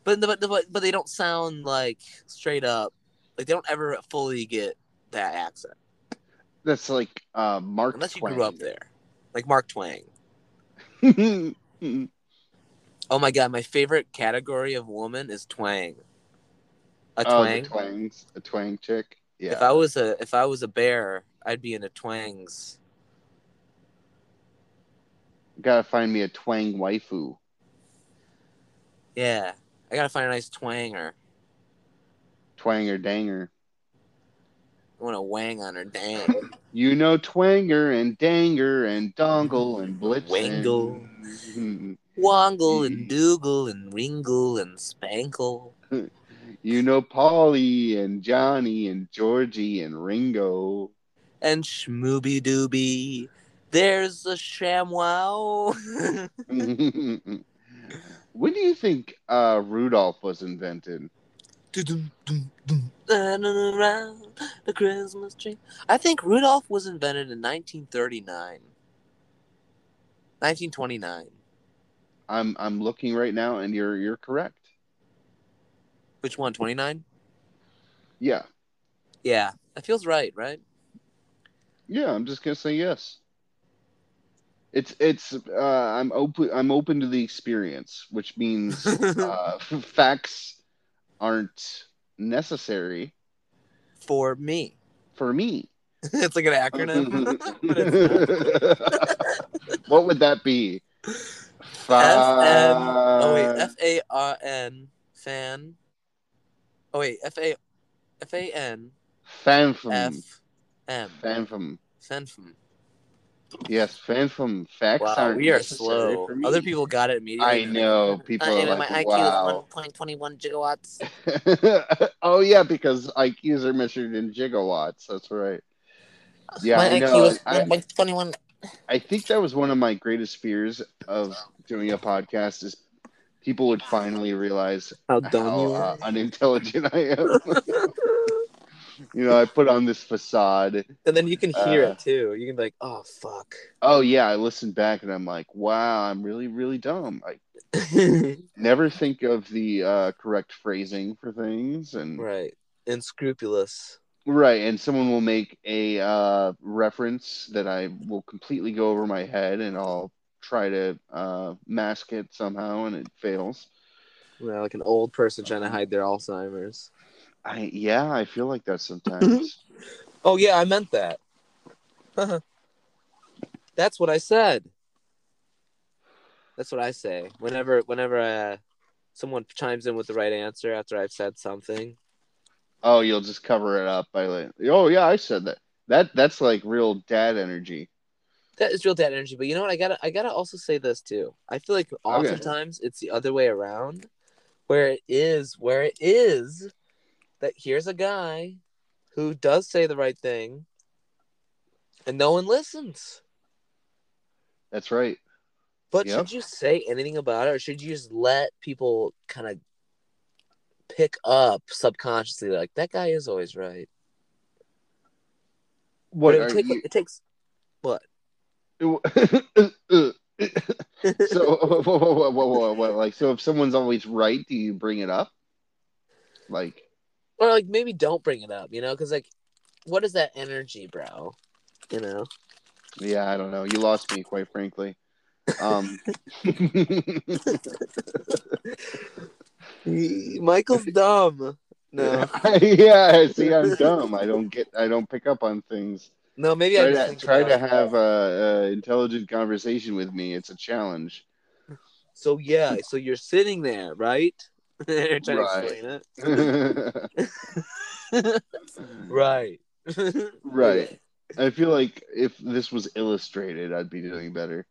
S2: But, but but but they don't sound like straight up. Like they don't ever fully get that accent
S1: That's like uh Mark
S2: unless you
S1: twang.
S2: grew up there, like Mark Twang.
S1: Uh, there.
S2: Oh my god, my favorite category of woman is twang. A
S1: Oh,
S2: twang.
S1: the twangs, a twang chick.
S2: If
S1: Yeah.
S2: I was a if I was a bear, I'd be into twangs.
S1: Gotta find me a twang waifu.
S2: Yeah, I gotta find a nice twanger.
S1: Twanger danger.
S2: I want to wang on her. Dang.
S1: You know twanger and danger and dongle and blitz.
S2: Wangle.
S1: And...
S2: Wongle and doogle and ringle and spankle.
S1: You know Polly and Johnny and Georgie and Ringo.
S2: and Schmooby Dooby. There's the ShamWow.
S1: when do you think uh, Rudolph was invented?
S2: Turning around the Christmas tree. I think Rudolph was invented in 1939. 1929.
S1: I'm I'm looking right now, and you're you're correct.
S2: Which one? 29?
S1: Yeah,
S2: Yeah. That feels right, right?
S1: yeah. I'm just gonna say yes. It's it's uh, I'm open I'm open to the experience, which means uh, facts aren't necessary
S2: For me.
S1: for me.
S2: it's like an acronym. but it's not.
S1: what would that be?
S2: F-M- Oh wait,
S1: Fa-
S2: F A R N fan. Oh wait, F A F A N Hmm.
S1: Fanfum.
S2: F M
S1: Fanfum.
S2: fanfum.
S1: Yes, fanfum. Facts
S2: Wow,
S1: aren't
S2: we are
S1: necessary
S2: slow.
S1: for me.
S2: Other people got it immediately.
S1: I know people
S2: Uh,
S1: are
S2: and
S1: like,
S2: my IQ is
S1: wow.
S2: one point twenty one gigawatts.
S1: oh yeah, because IQs are measured in gigawatts. That's right. Yeah,
S2: my
S1: I
S2: IQ
S1: know.
S2: is
S1: I-
S2: one point twenty one.
S1: I think that was one of my greatest fears of doing a podcast is people would finally realize
S2: How
S1: how uh, unintelligent I am. you know, I put on this facade.
S2: and then you can hear
S1: Uh,
S2: it too. You can be like, "Oh fuck."
S1: Oh yeah, I listen back and I'm like, wow, I'm really really dumb. I never think of the uh, correct phrasing for things and
S2: right. Unscrupulous.
S1: Right, and someone will make a uh, reference that I will completely go over my head, and I'll try to uh, mask it somehow, and it fails.
S2: You know, like an old person trying to hide their Alzheimer's.
S1: I yeah, I feel like that sometimes.
S2: Oh yeah, I meant that. Uh-huh. That's what I said. That's what I say. Whenever whenever uh, someone chimes in with the right answer after I've said something.
S1: oh, you'll just cover it up by like, oh yeah, I said that. That that's like real dad energy.
S2: That is real dad energy, but you know what? I gotta, I gotta also say this too. I feel like oftentimes it's the other way around, where it is, where it is, that here's a guy who does say the right thing, and no one listens.
S1: That's right.
S2: But
S1: Yep.
S2: should you say anything about it, or should you just let people kind of pick up subconsciously, like that guy is always right?
S1: What
S2: But it,
S1: are
S2: take- it takes.
S1: you? so whoa, whoa, whoa, whoa, whoa, whoa, like so if someone's always right, do you bring it up? Like
S2: or like maybe don't bring it up, you know, because like, what is that energy, bro? You know,
S1: Yeah, I don't know. You lost me, quite frankly. Um,
S2: Michael's dumb. No,
S1: yeah, see, I'm dumb. I don't get. I don't pick up on things.
S2: no, maybe I
S1: Try
S2: just
S1: to,
S2: think
S1: try to
S2: about-
S1: have a, a intelligent conversation with me. It's a challenge.
S2: So yeah, so you're sitting there, right? You're trying to
S1: Right.
S2: explain it,
S1: right.
S2: right?
S1: I feel like if this was illustrated, I'd be doing better.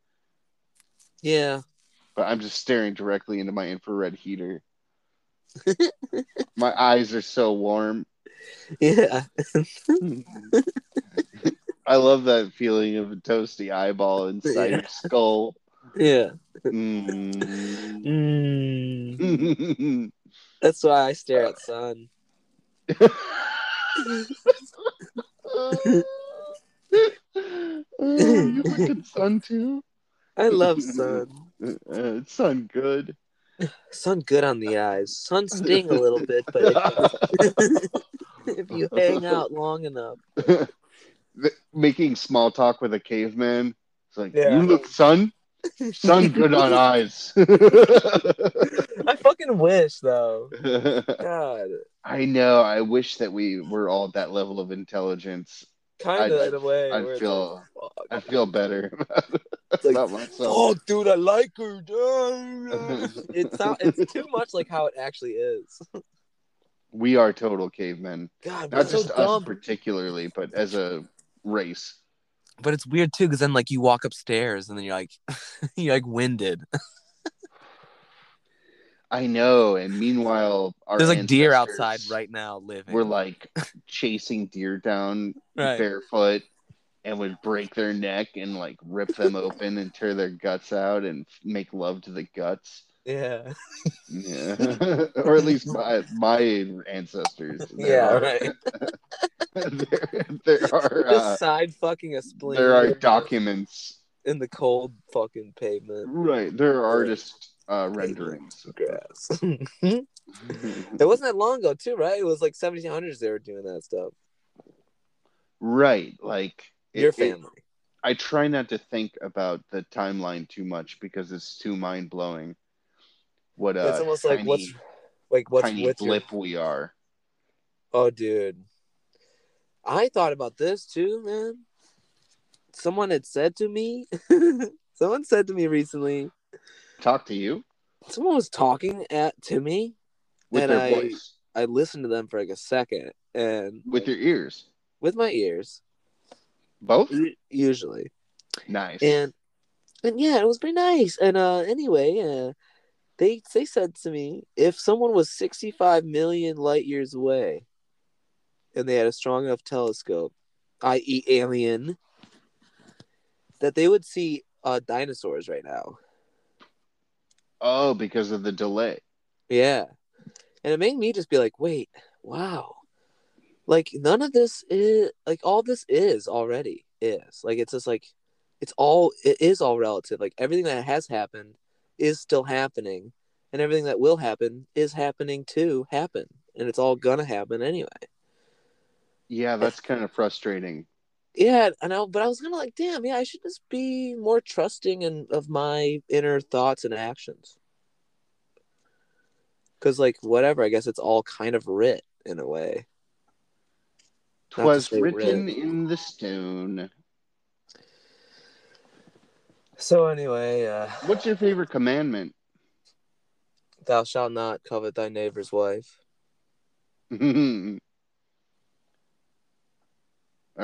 S2: Yeah.
S1: But I'm just staring directly into my infrared heater. my eyes are so warm.
S2: Yeah.
S1: I love that feeling of a toasty eyeball inside
S2: Yeah.
S1: your skull.
S2: Yeah.
S1: Mm.
S2: Mm. That's why I stare
S1: Uh.
S2: at sun.
S1: Oh, you look at sun too.
S2: I love sun.
S1: Uh, it's sun good.
S2: Sun good on the eyes. Sun sting a little bit, but if, if you hang out long enough,
S1: Making small talk with a caveman. It's like
S2: Yeah.
S1: you look sun, sun good on eyes.
S2: I fucking wish though. God,
S1: I know. I wish that we were all at that level of intelligence.
S2: kind of
S1: I'd-
S2: in a way.
S1: I'd
S2: where it's
S1: feel-
S2: like, fuck.
S1: I feel better
S2: It's like,
S1: about myself.
S2: Oh, dude, I like her. it's not, it's too much like how it actually is.
S1: We are total cavemen.
S2: God, we're
S1: Not
S2: so
S1: just us
S2: dumb.
S1: particularly, but as a race.
S2: But it's weird too, because then like you walk upstairs and then you're like, you're like winded.
S1: I know. And meanwhile, our
S2: There's like deer
S1: ancestors
S2: outside right now living.
S1: Were like chasing deer down
S2: Right.
S1: barefoot and would break their neck and like rip them open and tear their guts out and make love to the guts.
S2: Yeah.
S1: Yeah. or at least my, my ancestors.
S2: Yeah.
S1: There
S2: Right.
S1: Are, there, there are uh,
S2: Just side fucking a spleen.
S1: there are documents.
S2: in the cold fucking pavement.
S1: Right. There are artist uh, renderings.
S2: Grass. it wasn't that long ago, too, right? It was like 1700s they were doing that stuff.
S1: right. Like it-
S2: Your
S1: it-
S2: family.
S1: I try not to think about the timeline too much because it's too mind blowing. What uh,
S2: it's almost like
S1: tiny-
S2: what's like what's
S1: tiny
S2: with your-
S1: blip we are.
S2: Oh, dude. I thought about this too, man. Someone had said to me, someone said to me recently,
S1: Talk to you
S2: someone was talking at to me.
S1: with
S2: And
S1: their
S2: I-
S1: voice,
S2: I listened to them for like a second and
S1: with your ears,
S2: with my ears,
S1: both.
S2: u- usually.
S1: Nice.
S2: And and yeah, it was pretty nice. And uh anyway, uh they they said to me if someone was 65 million light years away and they had a strong enough telescope, i.e. alien, that they would see uh dinosaurs right now.
S1: oh, because of the delay.
S2: Yeah. And it made me just be like, "Wait, wow." Like none of this is like all this is already is. Like it's just like it's all it is all relative. Like everything that has happened is still happening and everything that will happen is happening to happen and it's all going to happen anyway.
S1: Yeah, that's kind of frustrating.
S2: Yeah, and I but I was kind of like, "Damn, yeah, I should just be more trusting and of my inner thoughts and actions." Cuz like whatever, I guess it's all kind of writ in a way. Not to
S1: Twas
S2: say
S1: written
S2: writ.
S1: in the stone.
S2: So anyway, uh,
S1: What's your favorite commandment?
S2: thou shalt not covet thy neighbor's wife.
S1: All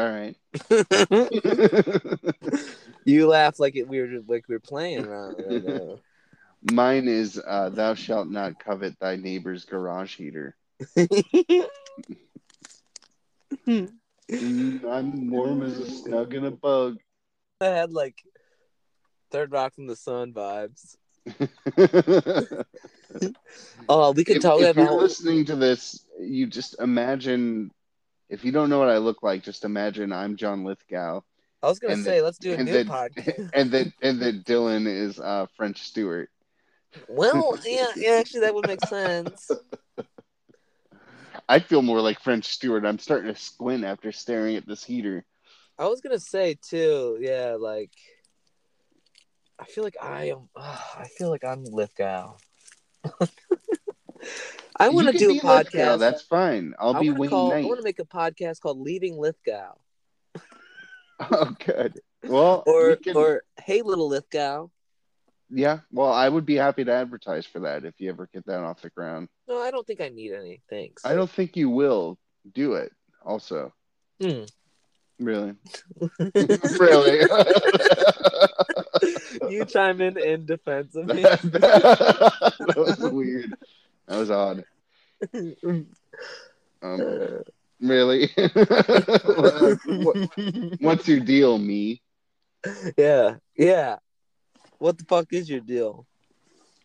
S1: right.
S2: you laugh like it, we were like we were playing around. Right now.
S1: Mine is uh, "Thou shalt not covet thy neighbor's garage heater." Mm, I'm warm as a snug in a bug.
S2: I had like third rock from the sun vibes.
S1: if
S2: Oh, we could talk
S1: if you're
S2: about
S1: listening to this, you just imagine. If you don't know what I look like, just imagine I'm John Lithgow,
S2: I was gonna
S1: and
S2: say let's do a
S1: and
S2: new
S1: then-
S2: podcast.
S1: and that and that Dylan is uh, French Stewart.
S2: well, yeah, yeah, actually that would make sense.
S1: I feel more like French Stewart. I'm starting to squint after staring at this heater.
S2: I was gonna say too, yeah, like I feel like I am. I feel like I'm Lithgow. I
S1: You
S2: want to
S1: can
S2: do
S1: be
S2: a
S1: Lithgow,
S2: podcast.
S1: That's fine. I'll
S2: I
S1: be
S2: wanna
S1: Wayne
S2: call- I
S1: Knight.
S2: want to make a podcast called "Leaving Lithgow"
S1: Oh, good. Well, we
S2: or
S1: can-
S2: or "Hey Little Lithgow."
S1: yeah. Well, I would be happy to advertise for that if you ever get that off the ground.
S2: No, I don't think I need any. Thanks.
S1: I don't think you will do it. Also,
S2: Hmm.
S1: really, really.
S2: you chime in in defense of me.
S1: that, that was weird. That was odd. Um, really. What- what's your deal, me?
S2: yeah, yeah. What the fuck is your deal?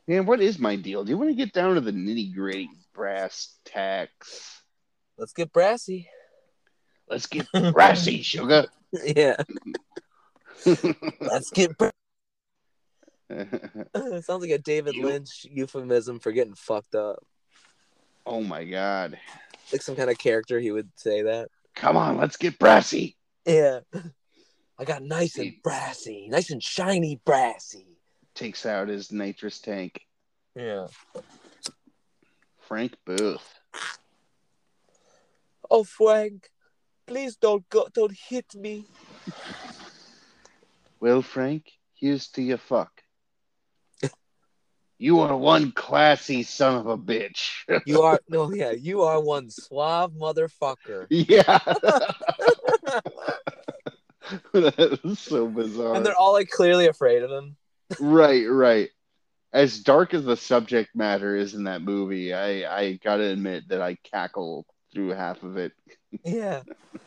S1: Man, what is my deal? Do you want to get down to the nitty gritty brass tacks?
S2: Let's get brassy.
S1: Let's get brassy, sugar.
S2: yeah, let's get. Br- Sounds like a David
S1: You-
S2: Lynch euphemism for getting fucked up.
S1: oh my god.
S2: Like some kind of character, he would say that.
S1: Come on, let's get brassy.
S2: Yeah. I got nice and brassy, nice and shiny brassy.
S1: Takes out his nitrous tank.
S2: Yeah.
S1: Frank Booth.
S2: Oh, Frank, please don't go, don't hit me.
S1: Well, Frank, here's to your fuck. You are one classy son of a bitch.
S2: You are no, yeah, you are one suave motherfucker.
S1: yeah. that is so bizarre.
S2: And they're all like clearly afraid of him.
S1: Right, right. as dark as the subject matter is in that movie, I I gotta admit that I cackle through half of it.
S2: Yeah,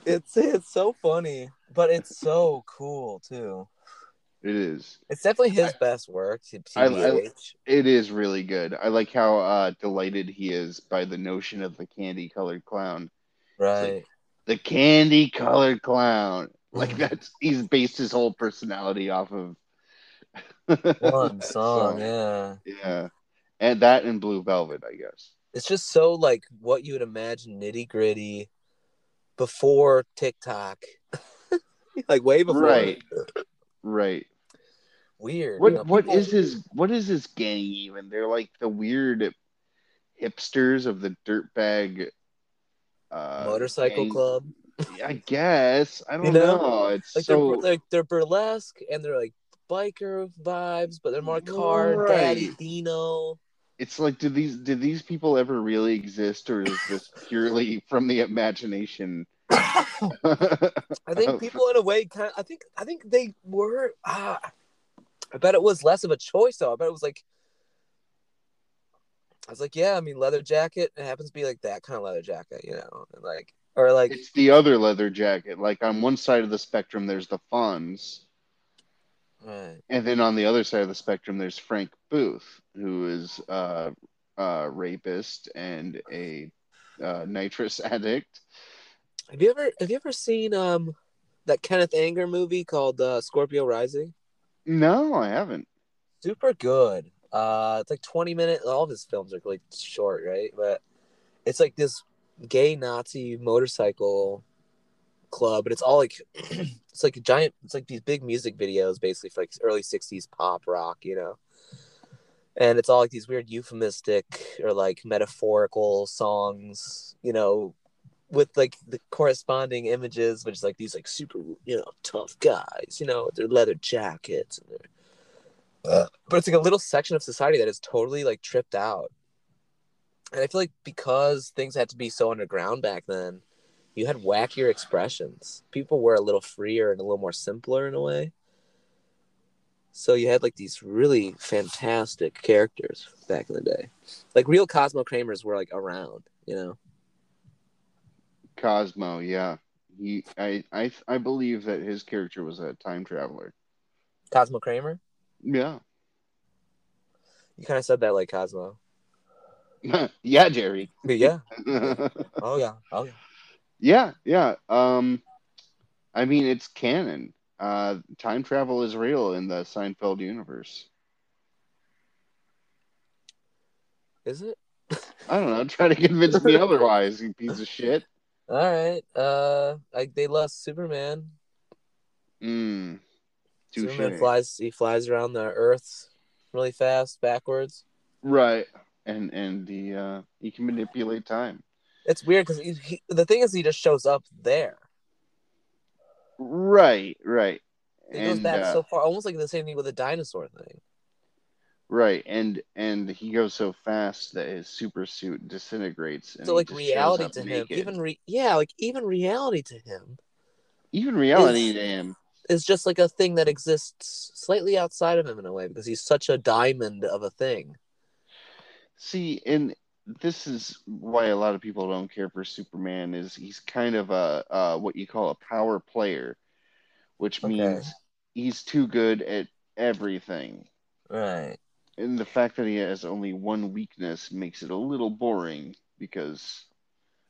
S2: it's it's so funny, but it's so cool too.
S1: It is.
S2: It's definitely his best work. t-
S1: I- I-
S2: TBH.
S1: It is really good. I like how uh, delighted he is by the notion of the candy colored clown.
S2: right.
S1: The candy colored clown. Like that's he's based his whole personality off of
S2: One
S1: that
S2: song, yeah.
S1: Yeah. And that and Blue Velvet, I guess.
S2: It's just so like what you would imagine nitty gritty before TikTok, like way before.
S1: Right. Right.
S2: Weird.
S1: What what is his what is his gang even? They're like the weird hipsters of the dirtbag uh
S2: motorcycle
S1: gang.
S2: club?
S1: I guess. I don't
S2: You know?
S1: know? It's
S2: Like
S1: so
S2: they're like they're burlesque and they're like biker vibes, but they're more car
S1: Right.
S2: daddy Dino.
S1: it's like do these did these people ever really exist or is this purely from the imagination?
S2: I think people in a way kind of, I think I think they were ah, I bet it was less of a choice though. I bet it was like I was like, yeah, I mean leather jacket, it happens to be like that kind of leather jacket, you know, and like or like
S1: it's the other leather jacket. Like on one side of the spectrum there's the Fonz.
S2: right.
S1: And then on the other side of the spectrum, there's Frank Booth, who is uh, a rapist and a uh, nitrous addict.
S2: Have you ever have you ever seen um that Kenneth Anger movie called uh, Scorpio Rising?
S1: No, I haven't.
S2: super good. Uh, it's like 20 minutes. All of his films are really short, right? But it's like this gay Nazi motorcycle club, but it's all like it's like a giant. It's like these big music videos, basically for like early 60s pop rock, you know. And it's all like these weird euphemistic or like metaphorical songs, you know, with like the corresponding images, which is like these like super, you know, tough guys, you know, with their leather jackets and their but it's like a little section of society that is totally like tripped out and i feel like because things had to be so underground back then you had wackier expressions people were a little freer and a little more simpler in a way so you had like these really fantastic characters back in the day like real cosmo kramers were like around you know
S1: Cosmo, yeah, he, I, I, I believe that his character was a time traveler.
S2: cosmo kramer
S1: Yeah,
S2: you kind of said that like cosmo
S1: yeah, Jerry.
S2: but yeah oh yeah oh yeah
S1: yeah, yeah. Um, I mean, it's canon. Uh, time travel is real in the Seinfeld universe.
S2: is it
S1: I don't know. Try to convince me otherwise, you piece of shit.
S2: all right uh like they lost superman
S1: Mm.
S2: Superman
S1: Touche.
S2: flies. He flies around the Earth really fast backwards.
S1: Right. And and the uh you can manipulate time.
S2: It's weird because he, he, the thing is, he just shows up there.
S1: Right, right.
S2: He goes
S1: and
S2: back
S1: uh,
S2: so far, almost like the same thing with the dinosaur thing.
S1: right, and and he goes so fast that his super suit disintegrates and
S2: So
S1: he
S2: like
S1: just shows
S2: reality
S1: up
S2: to him,
S1: naked.
S2: even re- yeah, like even reality to him
S1: even reality
S2: is-
S1: to him.
S2: is just like a thing that exists slightly outside of him in a way because he's such a diamond of a thing.
S1: See, and this is why a lot of people don't care for Superman is he's kind of a uh, what you call a power player, which
S2: Okay.
S1: means he's too good at everything.
S2: Right.
S1: and the fact that he has only one weakness makes it a little boring because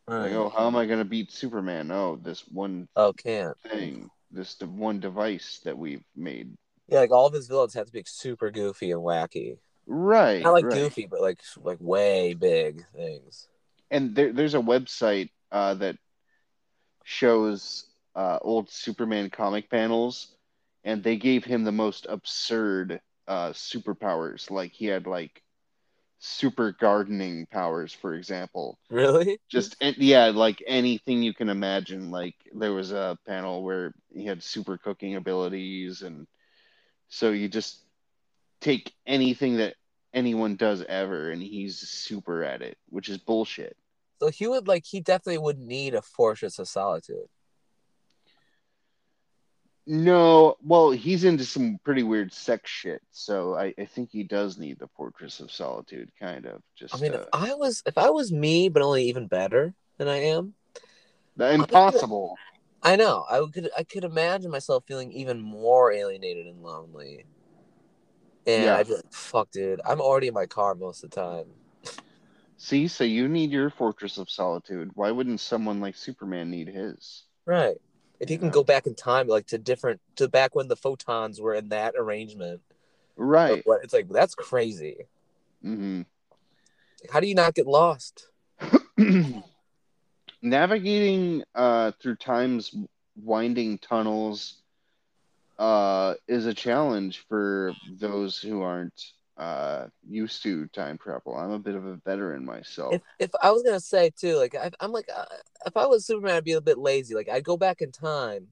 S1: like, oh, how am I going to beat Superman? Oh, this one
S2: Oh, can't.
S1: thing, this d- one device that we've made.
S2: Yeah, like all of his villains have to be like, super goofy and wacky.
S1: Right,
S2: Not like
S1: right.
S2: goofy, but like like way big things.
S1: And there, there's a website uh, that shows uh, old Superman comic panels, and they gave him the most absurd uh, superpowers. Like he had like super gardening powers, for example.
S2: Really?
S1: just an- yeah like anything you can imagine like there was a panel where he had super cooking abilities and so you just take anything that anyone does ever and he's super at it which is bullshit
S2: So he would like he definitely would need a fortress of solitude.
S1: No, well, he's into some pretty weird sex shit, so I, I think he does need the Fortress of Solitude, kind of. Just
S2: I mean,
S1: uh,
S2: if I was if I was me, but only even better than I am,
S1: the impossible.
S2: I know I could I could imagine myself feeling even more alienated and lonely. And
S1: Yeah.
S2: I'd be like, "Fuck, dude, I'm already in my car most of the time."
S1: See, so you need your Fortress of Solitude. Why wouldn't someone like Superman need his?
S2: Right. If you can
S1: Yeah.
S2: go back in time, like to different to back when the photons were in that arrangement, of
S1: Right.
S2: what- it's like that's crazy.
S1: hmm
S2: How do you not get lost?
S1: mm-hmm. Navigating uh, through time's winding tunnels uh, is a challenge for those who aren't uh, used to time travel. I'm a bit of a veteran myself.
S2: If, if I was gonna say too, like I, I'm like, uh, if I was Superman, I'd be a bit lazy. Like I'd go back in time,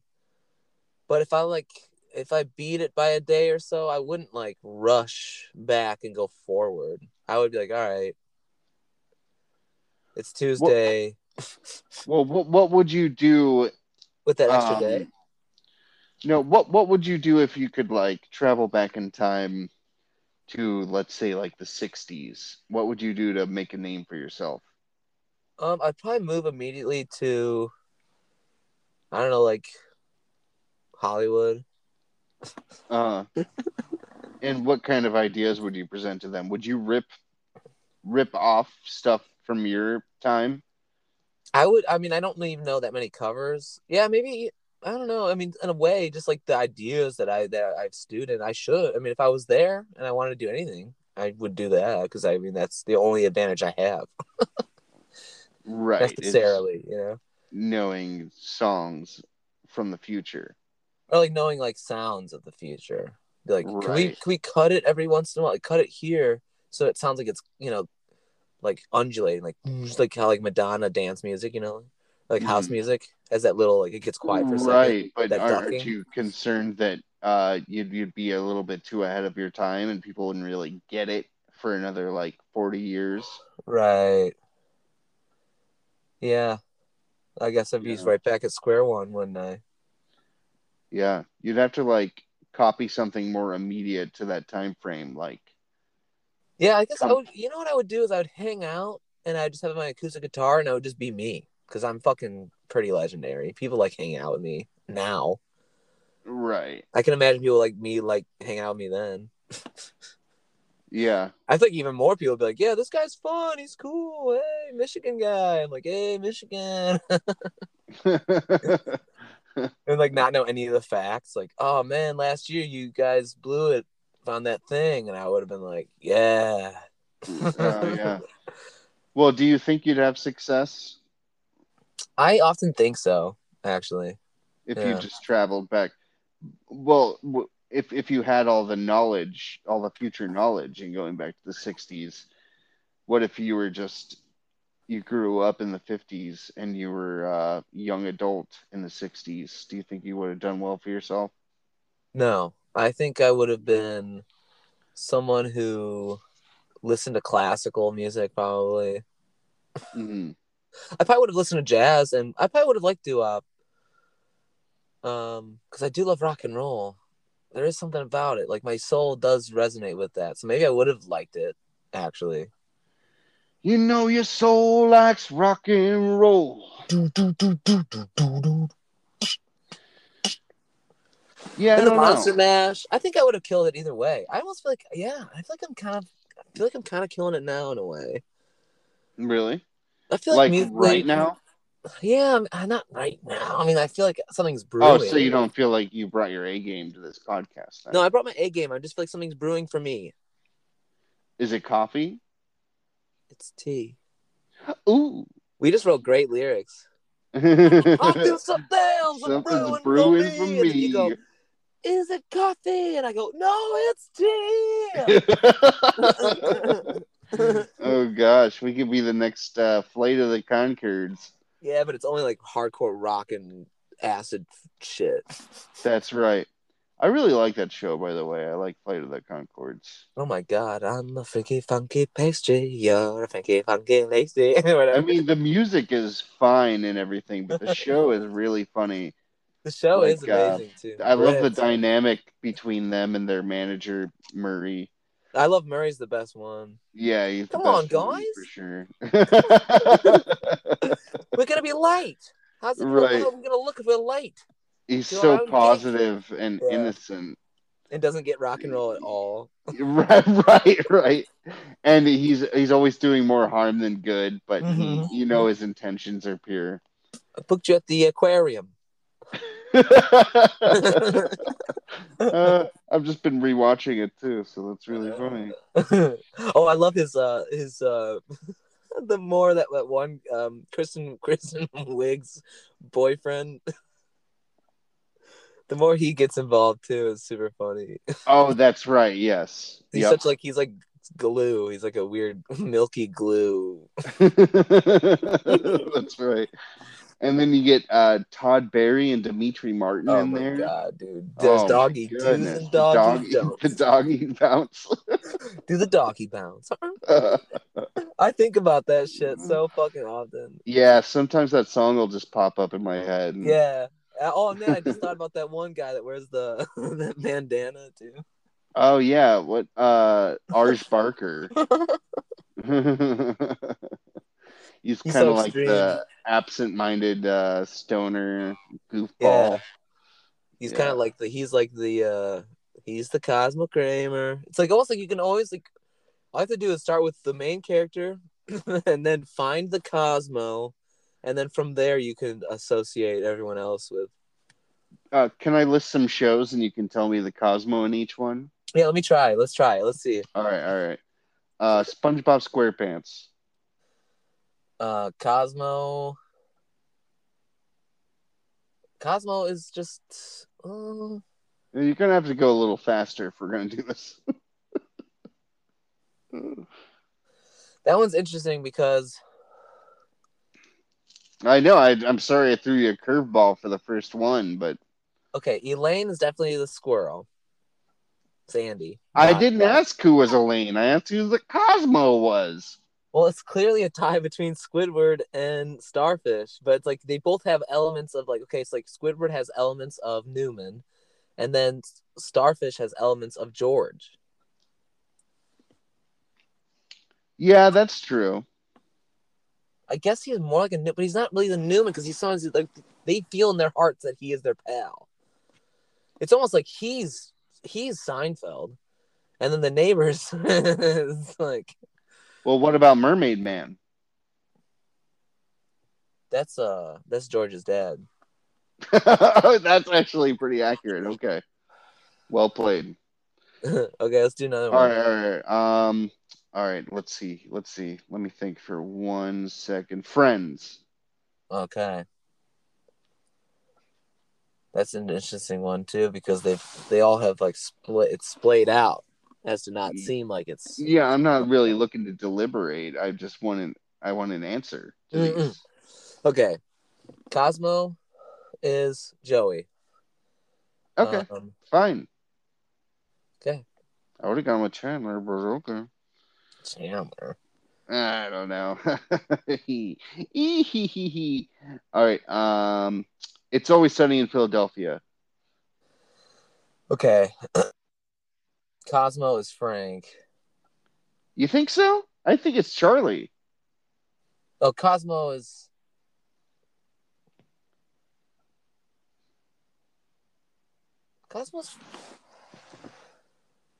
S2: but if I like, if I beat it by a day or so, I wouldn't like rush back and go forward. I would be like, all right, it's Tuesday
S1: Well, what what would you do?
S2: with that extra
S1: um,
S2: day.
S1: No, what what would you do if you could like travel back in time to let's say like the '60s? What would you do to make a name for yourself?
S2: Um, I'd probably move immediately to, I don't know, like Hollywood.
S1: Uh, and what kind of ideas would you present to them? Would you rip rip off stuff from your time?
S2: I would. I mean, I don't even know that many covers. Yeah, maybe. I don't know. I mean, in a way, just like the ideas that I that I've stewed in, I should. I mean, if I was there and I wanted to do anything, I would do that because I mean that's the only advantage I have
S1: Right, it's
S2: necessarily. You know,
S1: knowing songs from the future.
S2: or like knowing like sounds of the future. Be like, can we
S1: Right.
S2: can we cut it every once in a while? Like, cut it here so it sounds like it's you know, like undulating, like just like how like Madonna dance music, you know, like house
S1: Mhm.
S2: music has that little like it gets quiet for a second.
S1: right, but
S2: that
S1: aren't
S2: ducking.
S1: you concerned that uh, you'd you'd be a little bit too ahead of your time and people wouldn't really get it for another like forty years?
S2: Right. Yeah. I guess I'd be
S1: Yeah.
S2: right back at square one, wouldn't I?
S1: Yeah, you'd have to like copy something more immediate to that time frame, like
S2: Yeah, I guess I
S1: Um,
S2: would. You know what I would do is I would hang out and I'd just have my acoustic guitar and I would just be me because I'm fucking pretty legendary. People like hanging out with me now.
S1: right.
S2: I can imagine people like me like hang out with me then.
S1: Yeah,
S2: I think even more people would be like, yeah, this guy's fun. He's cool. Hey, Michigan guy. I'm like, hey, Michigan.
S1: Oh,
S2: and like not know any of the facts. Like, oh man, last year you guys blew it on that thing. And I would have been like, yeah.
S1: Oh, yeah. Well, do you think you'd have success
S2: I often think so, actually.
S1: if
S2: Yeah.
S1: you just traveled back? Well, w- if if you had all the knowledge, all the future knowledge, and going back to the '60s, what if you were just you grew up in the '50s and you were a young adult in the '60s? Do you think you would have done well for yourself?
S2: No, I think I would have been someone who listened to classical music probably.
S1: hmm
S2: I probably would have listened to jazz and I probably would have liked doo wop. Um, because I do love rock and roll. There is something about it. Like my soul does resonate with that. So maybe I would have liked it, actually.
S1: You know your soul likes rock and roll.
S2: Do, do, do, do, do, do, do.
S1: Yeah, I
S2: and the
S1: don't
S2: Monster
S1: know.
S2: Mash. I think I would have killed it either way. I almost feel like, yeah, I feel like I'm kind of, I feel like I'm kind of killing it now in a way.
S1: Really?
S2: I feel
S1: Like
S2: like, musically-
S1: right now?
S2: Yeah, I'm, I'm not right now. I mean, I feel like something's brewing.
S1: Oh, so you don't feel like you brought your A game to this podcast? then.
S2: No, I brought my A game. I just feel like something's brewing for me.
S1: Is it coffee?
S2: It's tea.
S1: Ooh.
S2: We just wrote great lyrics. I feel something
S1: Something's
S2: brewing,
S1: brewing
S2: for
S1: for
S2: me. And then you go,
S1: me.
S2: is it coffee? And I go, no, it's tea.
S1: oh gosh, we could be the next uh, flight of the Concords.
S2: yeah, but it's only like hardcore rock and acid shit.
S1: That's right. I really like that show, by the way. I like Flight of the Concords.
S2: Oh my god, I'm a freaky funky pastry. You're a funky funky lacy. Whatever.
S1: I mean, the music is fine and everything, but the show is really funny.
S2: The show
S1: Like, uh,
S2: is amazing too.
S1: I love the
S2: Rips.
S1: dynamic between them and their manager Murray.
S2: I love Murray's the best one.
S1: Yeah, he's the
S2: Come
S1: best
S2: on,
S1: one
S2: guys.
S1: for sure.
S2: We're gonna be late. How's it?
S1: Right.
S2: How are we gonna look if we're late?
S1: he's
S2: Do our
S1: so
S2: own
S1: positive and
S2: Yeah.
S1: innocent.
S2: And doesn't get rock and roll at all.
S1: right, right, right. And he's he's always doing more harm than good, but he-
S2: Mhm.
S1: you know his intentions are pure.
S2: I booked you at the aquarium.
S1: Uh, I've just been rewatching it too, so that's really
S2: Uh-huh.
S1: funny.
S2: oh, I love his uh his uh the more that, that one um Kristen Kristen Wiggs boyfriend. The more he gets involved too is super funny.
S1: Oh, that's right. Yes.
S2: He's
S1: Yep.
S2: such like he's like glue. He's like a weird milky glue.
S1: that's right. And then you get uh, Todd Barry and Dimitri Martin
S2: Oh
S1: in
S2: my
S1: there.
S2: god, dude!
S1: Oh
S2: There's
S1: my
S2: doggy do's
S1: goodness,
S2: and
S1: the
S2: doggy,
S1: doggy- the
S2: don'ts.
S1: doggy bounce.
S2: Do the doggy bounce. I think about that shit
S1: Mm.
S2: so fucking often.
S1: yeah, sometimes that song will just pop up in my head. and-
S2: Yeah. Uh, Oh man, I just thought about that one guy that wears the that bandana too.
S1: Oh yeah, what uh Arj Barker. He's,
S2: He's
S1: kind of
S2: so
S1: like
S2: extreme.
S1: the absent-minded uh, stoner
S2: Yeah.
S1: goofball.
S2: He's
S1: Yeah.
S2: kind of like the he's like the uh he's the Cosmo Kramer. It's like almost like you can always like all I have to do is start with the main character and then find the Cosmo and then from there you can associate everyone else with.
S1: Uh, can I list some shows and you can tell me the Cosmo in each one?
S2: Yeah, let me try. Let's try. Let's see.
S1: All right, all right. Uh, SpongeBob SquarePants.
S2: Uh Cosmo Cosmo is just uh,
S1: You're gonna have to go a little faster if we're gonna do this.
S2: that one's interesting because
S1: I know. I, I'm sorry I threw you a curveball for the first one, but
S2: okay, Elaine is definitely the squirrel. Sandy.
S1: I
S2: Not-
S1: didn't ask who was Elaine. I asked who the Cosmo was.
S2: Well, it's clearly a tie between Squidward and Starfish, but it's like they both have elements of like okay, it's like Squidward has elements of Newman, and then S- Starfish has elements of George.
S1: Yeah, that's true.
S2: I guess he's more like a New- but he's not really the Newman because he's someone who's, like they feel in their hearts that he is their pal. It's almost like he's he's Seinfeld, and then the neighbors is like
S1: Well, what about Mermaid Man?
S2: that's uh that's George's dad.
S1: that's actually pretty accurate. Okay, well played.
S2: okay, let's do another
S1: All
S2: one.
S1: right, all right, all right. Um, all right. Let's see. Let's see. Let me think for one second. Friends.
S2: Okay. That's an interesting one too because they they all have like split it's splayed out as to not
S1: Mm.
S2: seem like it's
S1: Yeah, I'm not really looking to deliberate. I just want an I want an answer. to these.
S2: Mm-mm. okay. Cosmo is Joey.
S1: Okay,
S2: Um,
S1: fine.
S2: okay.
S1: I would have gone with Chandler, but okay.
S2: Chandler.
S1: I don't know. Hee, hee, hee, hee, hee. All right. Um, it's always sunny in Philadelphia.
S2: Okay. Cosmo is Frank.
S1: You think so? I think it's Charlie.
S2: Oh, Cosmo is Cosmo's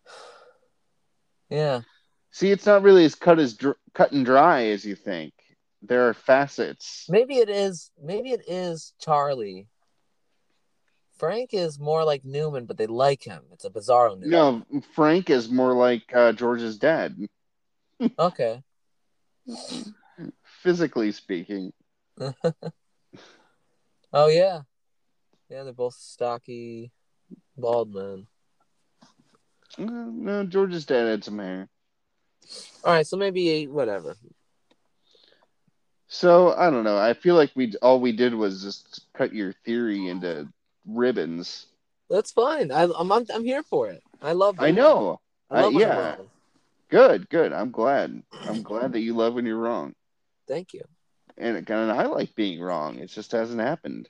S2: Yeah.
S1: See, it's not really as cut as dr- cut and dry as you think. There are facets.
S2: Maybe it is. Maybe it is Charlie. Frank is more like Newman, but they like him. It's a bizarro Newman.
S1: No, Frank is more like uh, George's dad,
S2: Okay.
S1: physically speaking.
S2: Oh yeah. Yeah, they're both stocky, bald men.
S1: Uh, No, George's dad had some hair.
S2: All right, so maybe whatever.
S1: So I don't know. I feel like we all we did was just cut your theory into ribbons.
S2: That's fine. I, I'm, I'm I'm here for it. I love.
S1: I know.
S2: I
S1: I-
S2: love when I'm
S1: yeah.
S2: wrong.
S1: Good, good. I'm glad. I'm glad that you love when you're wrong.
S2: Thank you.
S1: And, and I like being wrong. It just hasn't happened.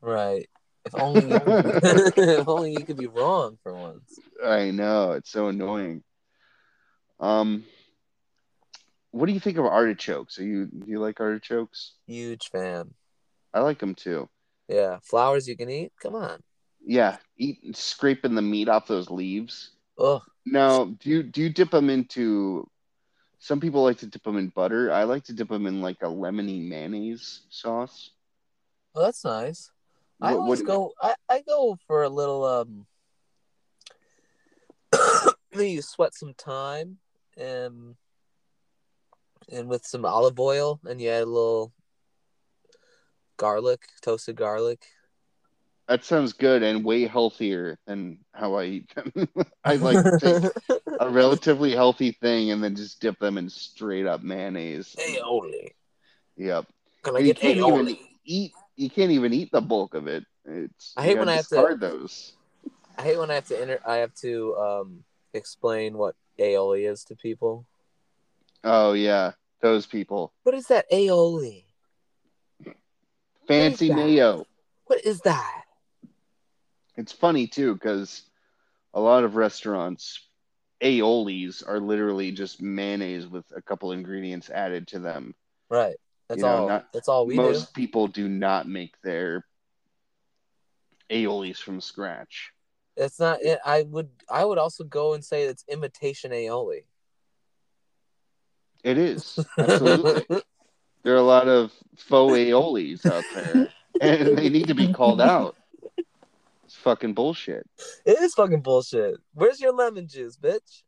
S2: Right. If only, if only you could be wrong for once.
S1: I know it's so annoying. Um, what do you think of artichokes? Are you do you like artichokes?
S2: Huge fan.
S1: I like them too.
S2: Yeah, flowers you can eat. Come on.
S1: Yeah, eat scraping the meat off those leaves.
S2: Oh,
S1: Now, do you do you dip them into? Some people like to dip them in butter. I like to dip them in like a lemony mayonnaise sauce.
S2: well, that's nice. I
S1: What-
S2: always
S1: what-
S2: go. I, I go for a little. Um, maybe you sweat some thyme, and and with some olive oil, and you add a little garlic, toasted garlic.
S1: That sounds good and way healthier than how I eat them. I like to take a relatively healthy thing and then just dip them in straight up mayonnaise.
S2: aioli.
S1: Yep.
S2: Can I
S1: And you
S2: get
S1: can't even-
S2: aioli?
S1: Eat. You can't even eat the bulk of it. It's.
S2: I
S1: you
S2: hate
S1: gotta
S2: when I have to-
S1: discard those.
S2: I hate when I have to enter. I have to um explain what aioli is to people.
S1: Oh yeah, those people.
S2: What is that aioli?
S1: Fancy
S2: that?
S1: mayo.
S2: What is that?
S1: It's funny too because a lot of restaurants aiolis are literally just mayonnaise with a couple ingredients added to them.
S2: Right. That's
S1: You know,
S2: all.
S1: not-
S2: that's all Oh, we
S1: Most people do not make their aiolis from scratch.
S2: do. It's not. It, I would. I would also go and say it's imitation aioli.
S1: It is absolutely. there are a lot of faux aiolis out there, and they need to be called out. It's fucking bullshit.
S2: it is fucking bullshit. Where's your lemon juice, bitch?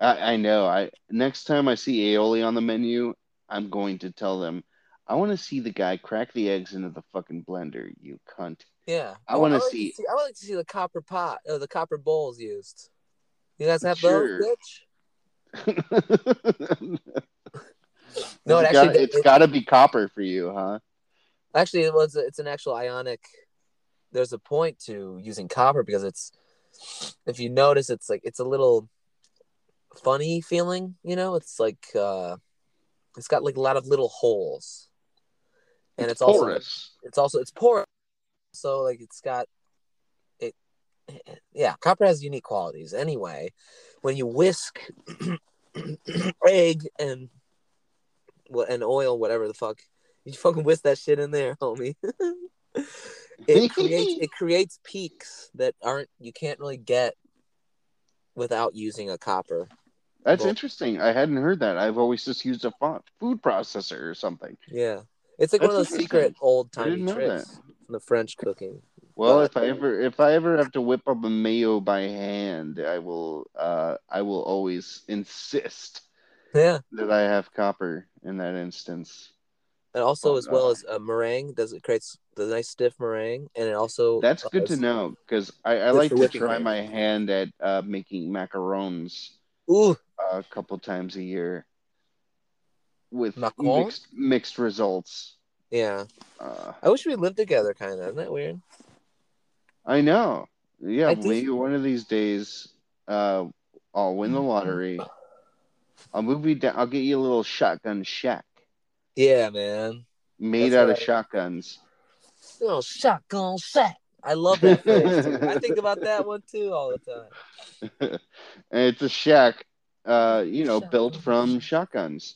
S1: I, I know. I next time I see aioli on the menu, I'm going to tell them. I want to see the guy crack the eggs into the fucking blender, you cunt.
S2: Yeah.
S1: I wanna
S2: like to
S1: see-
S2: I would like to see the copper pot or the copper bowls used. You guys have
S1: Sure.
S2: those, bitch. No,
S1: no,
S2: it
S1: it
S2: actually-
S1: gotta, it's
S2: it-
S1: got to be copper for you, huh?
S2: Actually, it was. It's an actual ionic. There's a point to using copper because it's. If you notice, it's like it's a little funny feeling. You know, it's like uh, it's got like a lot of little holes, and it's, also
S1: porous.
S2: it's also it's porous. So like it's got it. Yeah, copper has unique qualities. Anyway, when you whisk egg and well, and oil, whatever the fuck, you fucking whisk that shit in there, homie. it creates it creates peaks that aren't you can't really get without using a copper.
S1: That's
S2: Well-
S1: interesting. I hadn't heard that. I've always just used a font, food processor or something.
S2: Yeah, it's like one of
S1: That's
S2: those secret
S1: interesting.
S2: old
S1: I didn't
S2: timey
S1: know
S2: tricks from the French cooking.
S1: Well,
S2: But-
S1: if I ever if I ever have to whip up a mayo by hand, I will uh, I will always insist
S2: Yeah,
S1: that I have copper in that instance.
S2: and also
S1: Oh,
S2: as well
S1: God.
S2: as a meringue does it creates the nice stiff meringue, and it also
S1: That's good to
S2: does-
S1: know because I, I
S2: Good
S1: like
S2: for
S1: to
S2: whipping
S1: try
S2: cream.
S1: my hand at uh, making macarons uh,
S2: Ooh,
S1: a couple times a year with
S2: Macaron?
S1: mixed, mixed results.
S2: yeah.
S1: Uh,
S2: I wish we lived together, kind of. Isn't that weird?
S1: I know. Yeah,
S2: I think- Mm-hmm.
S1: maybe one of these days, uh, I'll win the lottery. I'll move you down. I'll get you a little shotgun shack
S2: Yeah, man.
S1: made
S2: That's
S1: out of
S2: right.
S1: shotguns.
S2: Little shotgun set. I love that phrase. too. I think about that one too all the time.
S1: and it's a shack, uh, you know,
S2: Shotgun
S1: built from shotguns.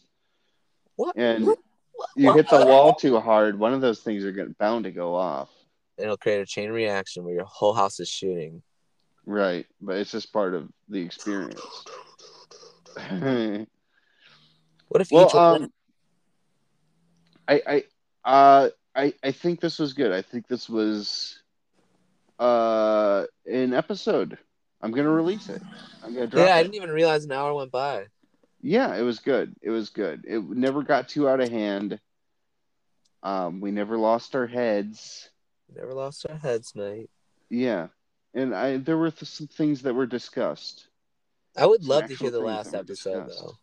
S2: What?
S1: And
S2: What? What?
S1: You hit the
S2: What?
S1: wall too hard, one of those things are gonna, bound to go off.
S2: It'll create a chain reaction where your whole house is shooting.
S1: Right, but it's just part of the experience.
S2: What if each
S1: well,
S2: one-
S1: um, I, I, uh, I, I think this was good. I think this was, uh, an episode. I'm gonna release it. I'm gonna drop
S2: Yeah, I
S1: it.
S2: didn't even realize an hour went by.
S1: Yeah, it was good. It was good. It never got too out of hand. Um, we never lost our heads.
S2: Never lost our heads, mate.
S1: Yeah, and I there were th- some things that were discussed.
S2: I would
S1: Some
S2: love to
S1: actual
S2: hear the
S1: things
S2: last
S1: that were
S2: episode
S1: discussed.
S2: though.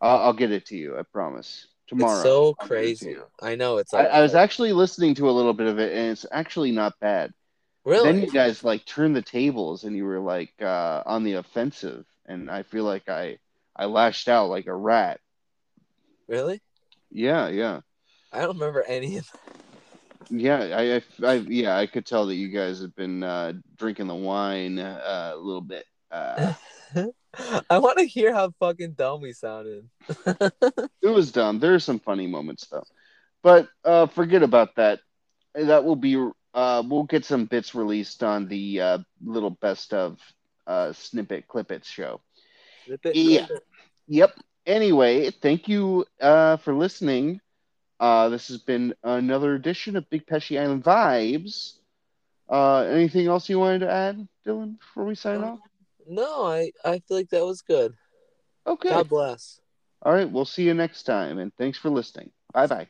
S1: I'll, I'll get it to you. I promise. Tomorrow.
S2: It's so
S1: I'll get it to
S2: crazy.
S1: you.
S2: I know it's
S1: I,
S2: like
S1: I was actually listening to a little bit of it, and it's actually not bad.
S2: really
S1: Then you guys like turned the tables, and you were like uh, on the offensive, and I feel like I I lashed out like a rat.
S2: really.
S1: Yeah, yeah.
S2: I don't remember any of
S1: Yeah, I, I, I, yeah, I could tell that you guys have been uh, drinking the wine uh, a little bit. Uh,
S2: I want to hear how fucking dumb we sounded.
S1: it was dumb. There are some funny moments though, but uh, forget about that. That will be. Uh, we'll get some bits released on the uh, little best of uh, snippet clippets show. Yeah. Yep. Anyway, thank you uh, for listening. Uh, this has been another edition of Big Pesci Island Vibes. Uh, anything else you wanted to add, Dylan, before we sign off?
S2: No, I, I feel like that was good.
S1: Okay.
S2: God bless.
S1: All right. We'll see you next time. And thanks for listening. Bye bye.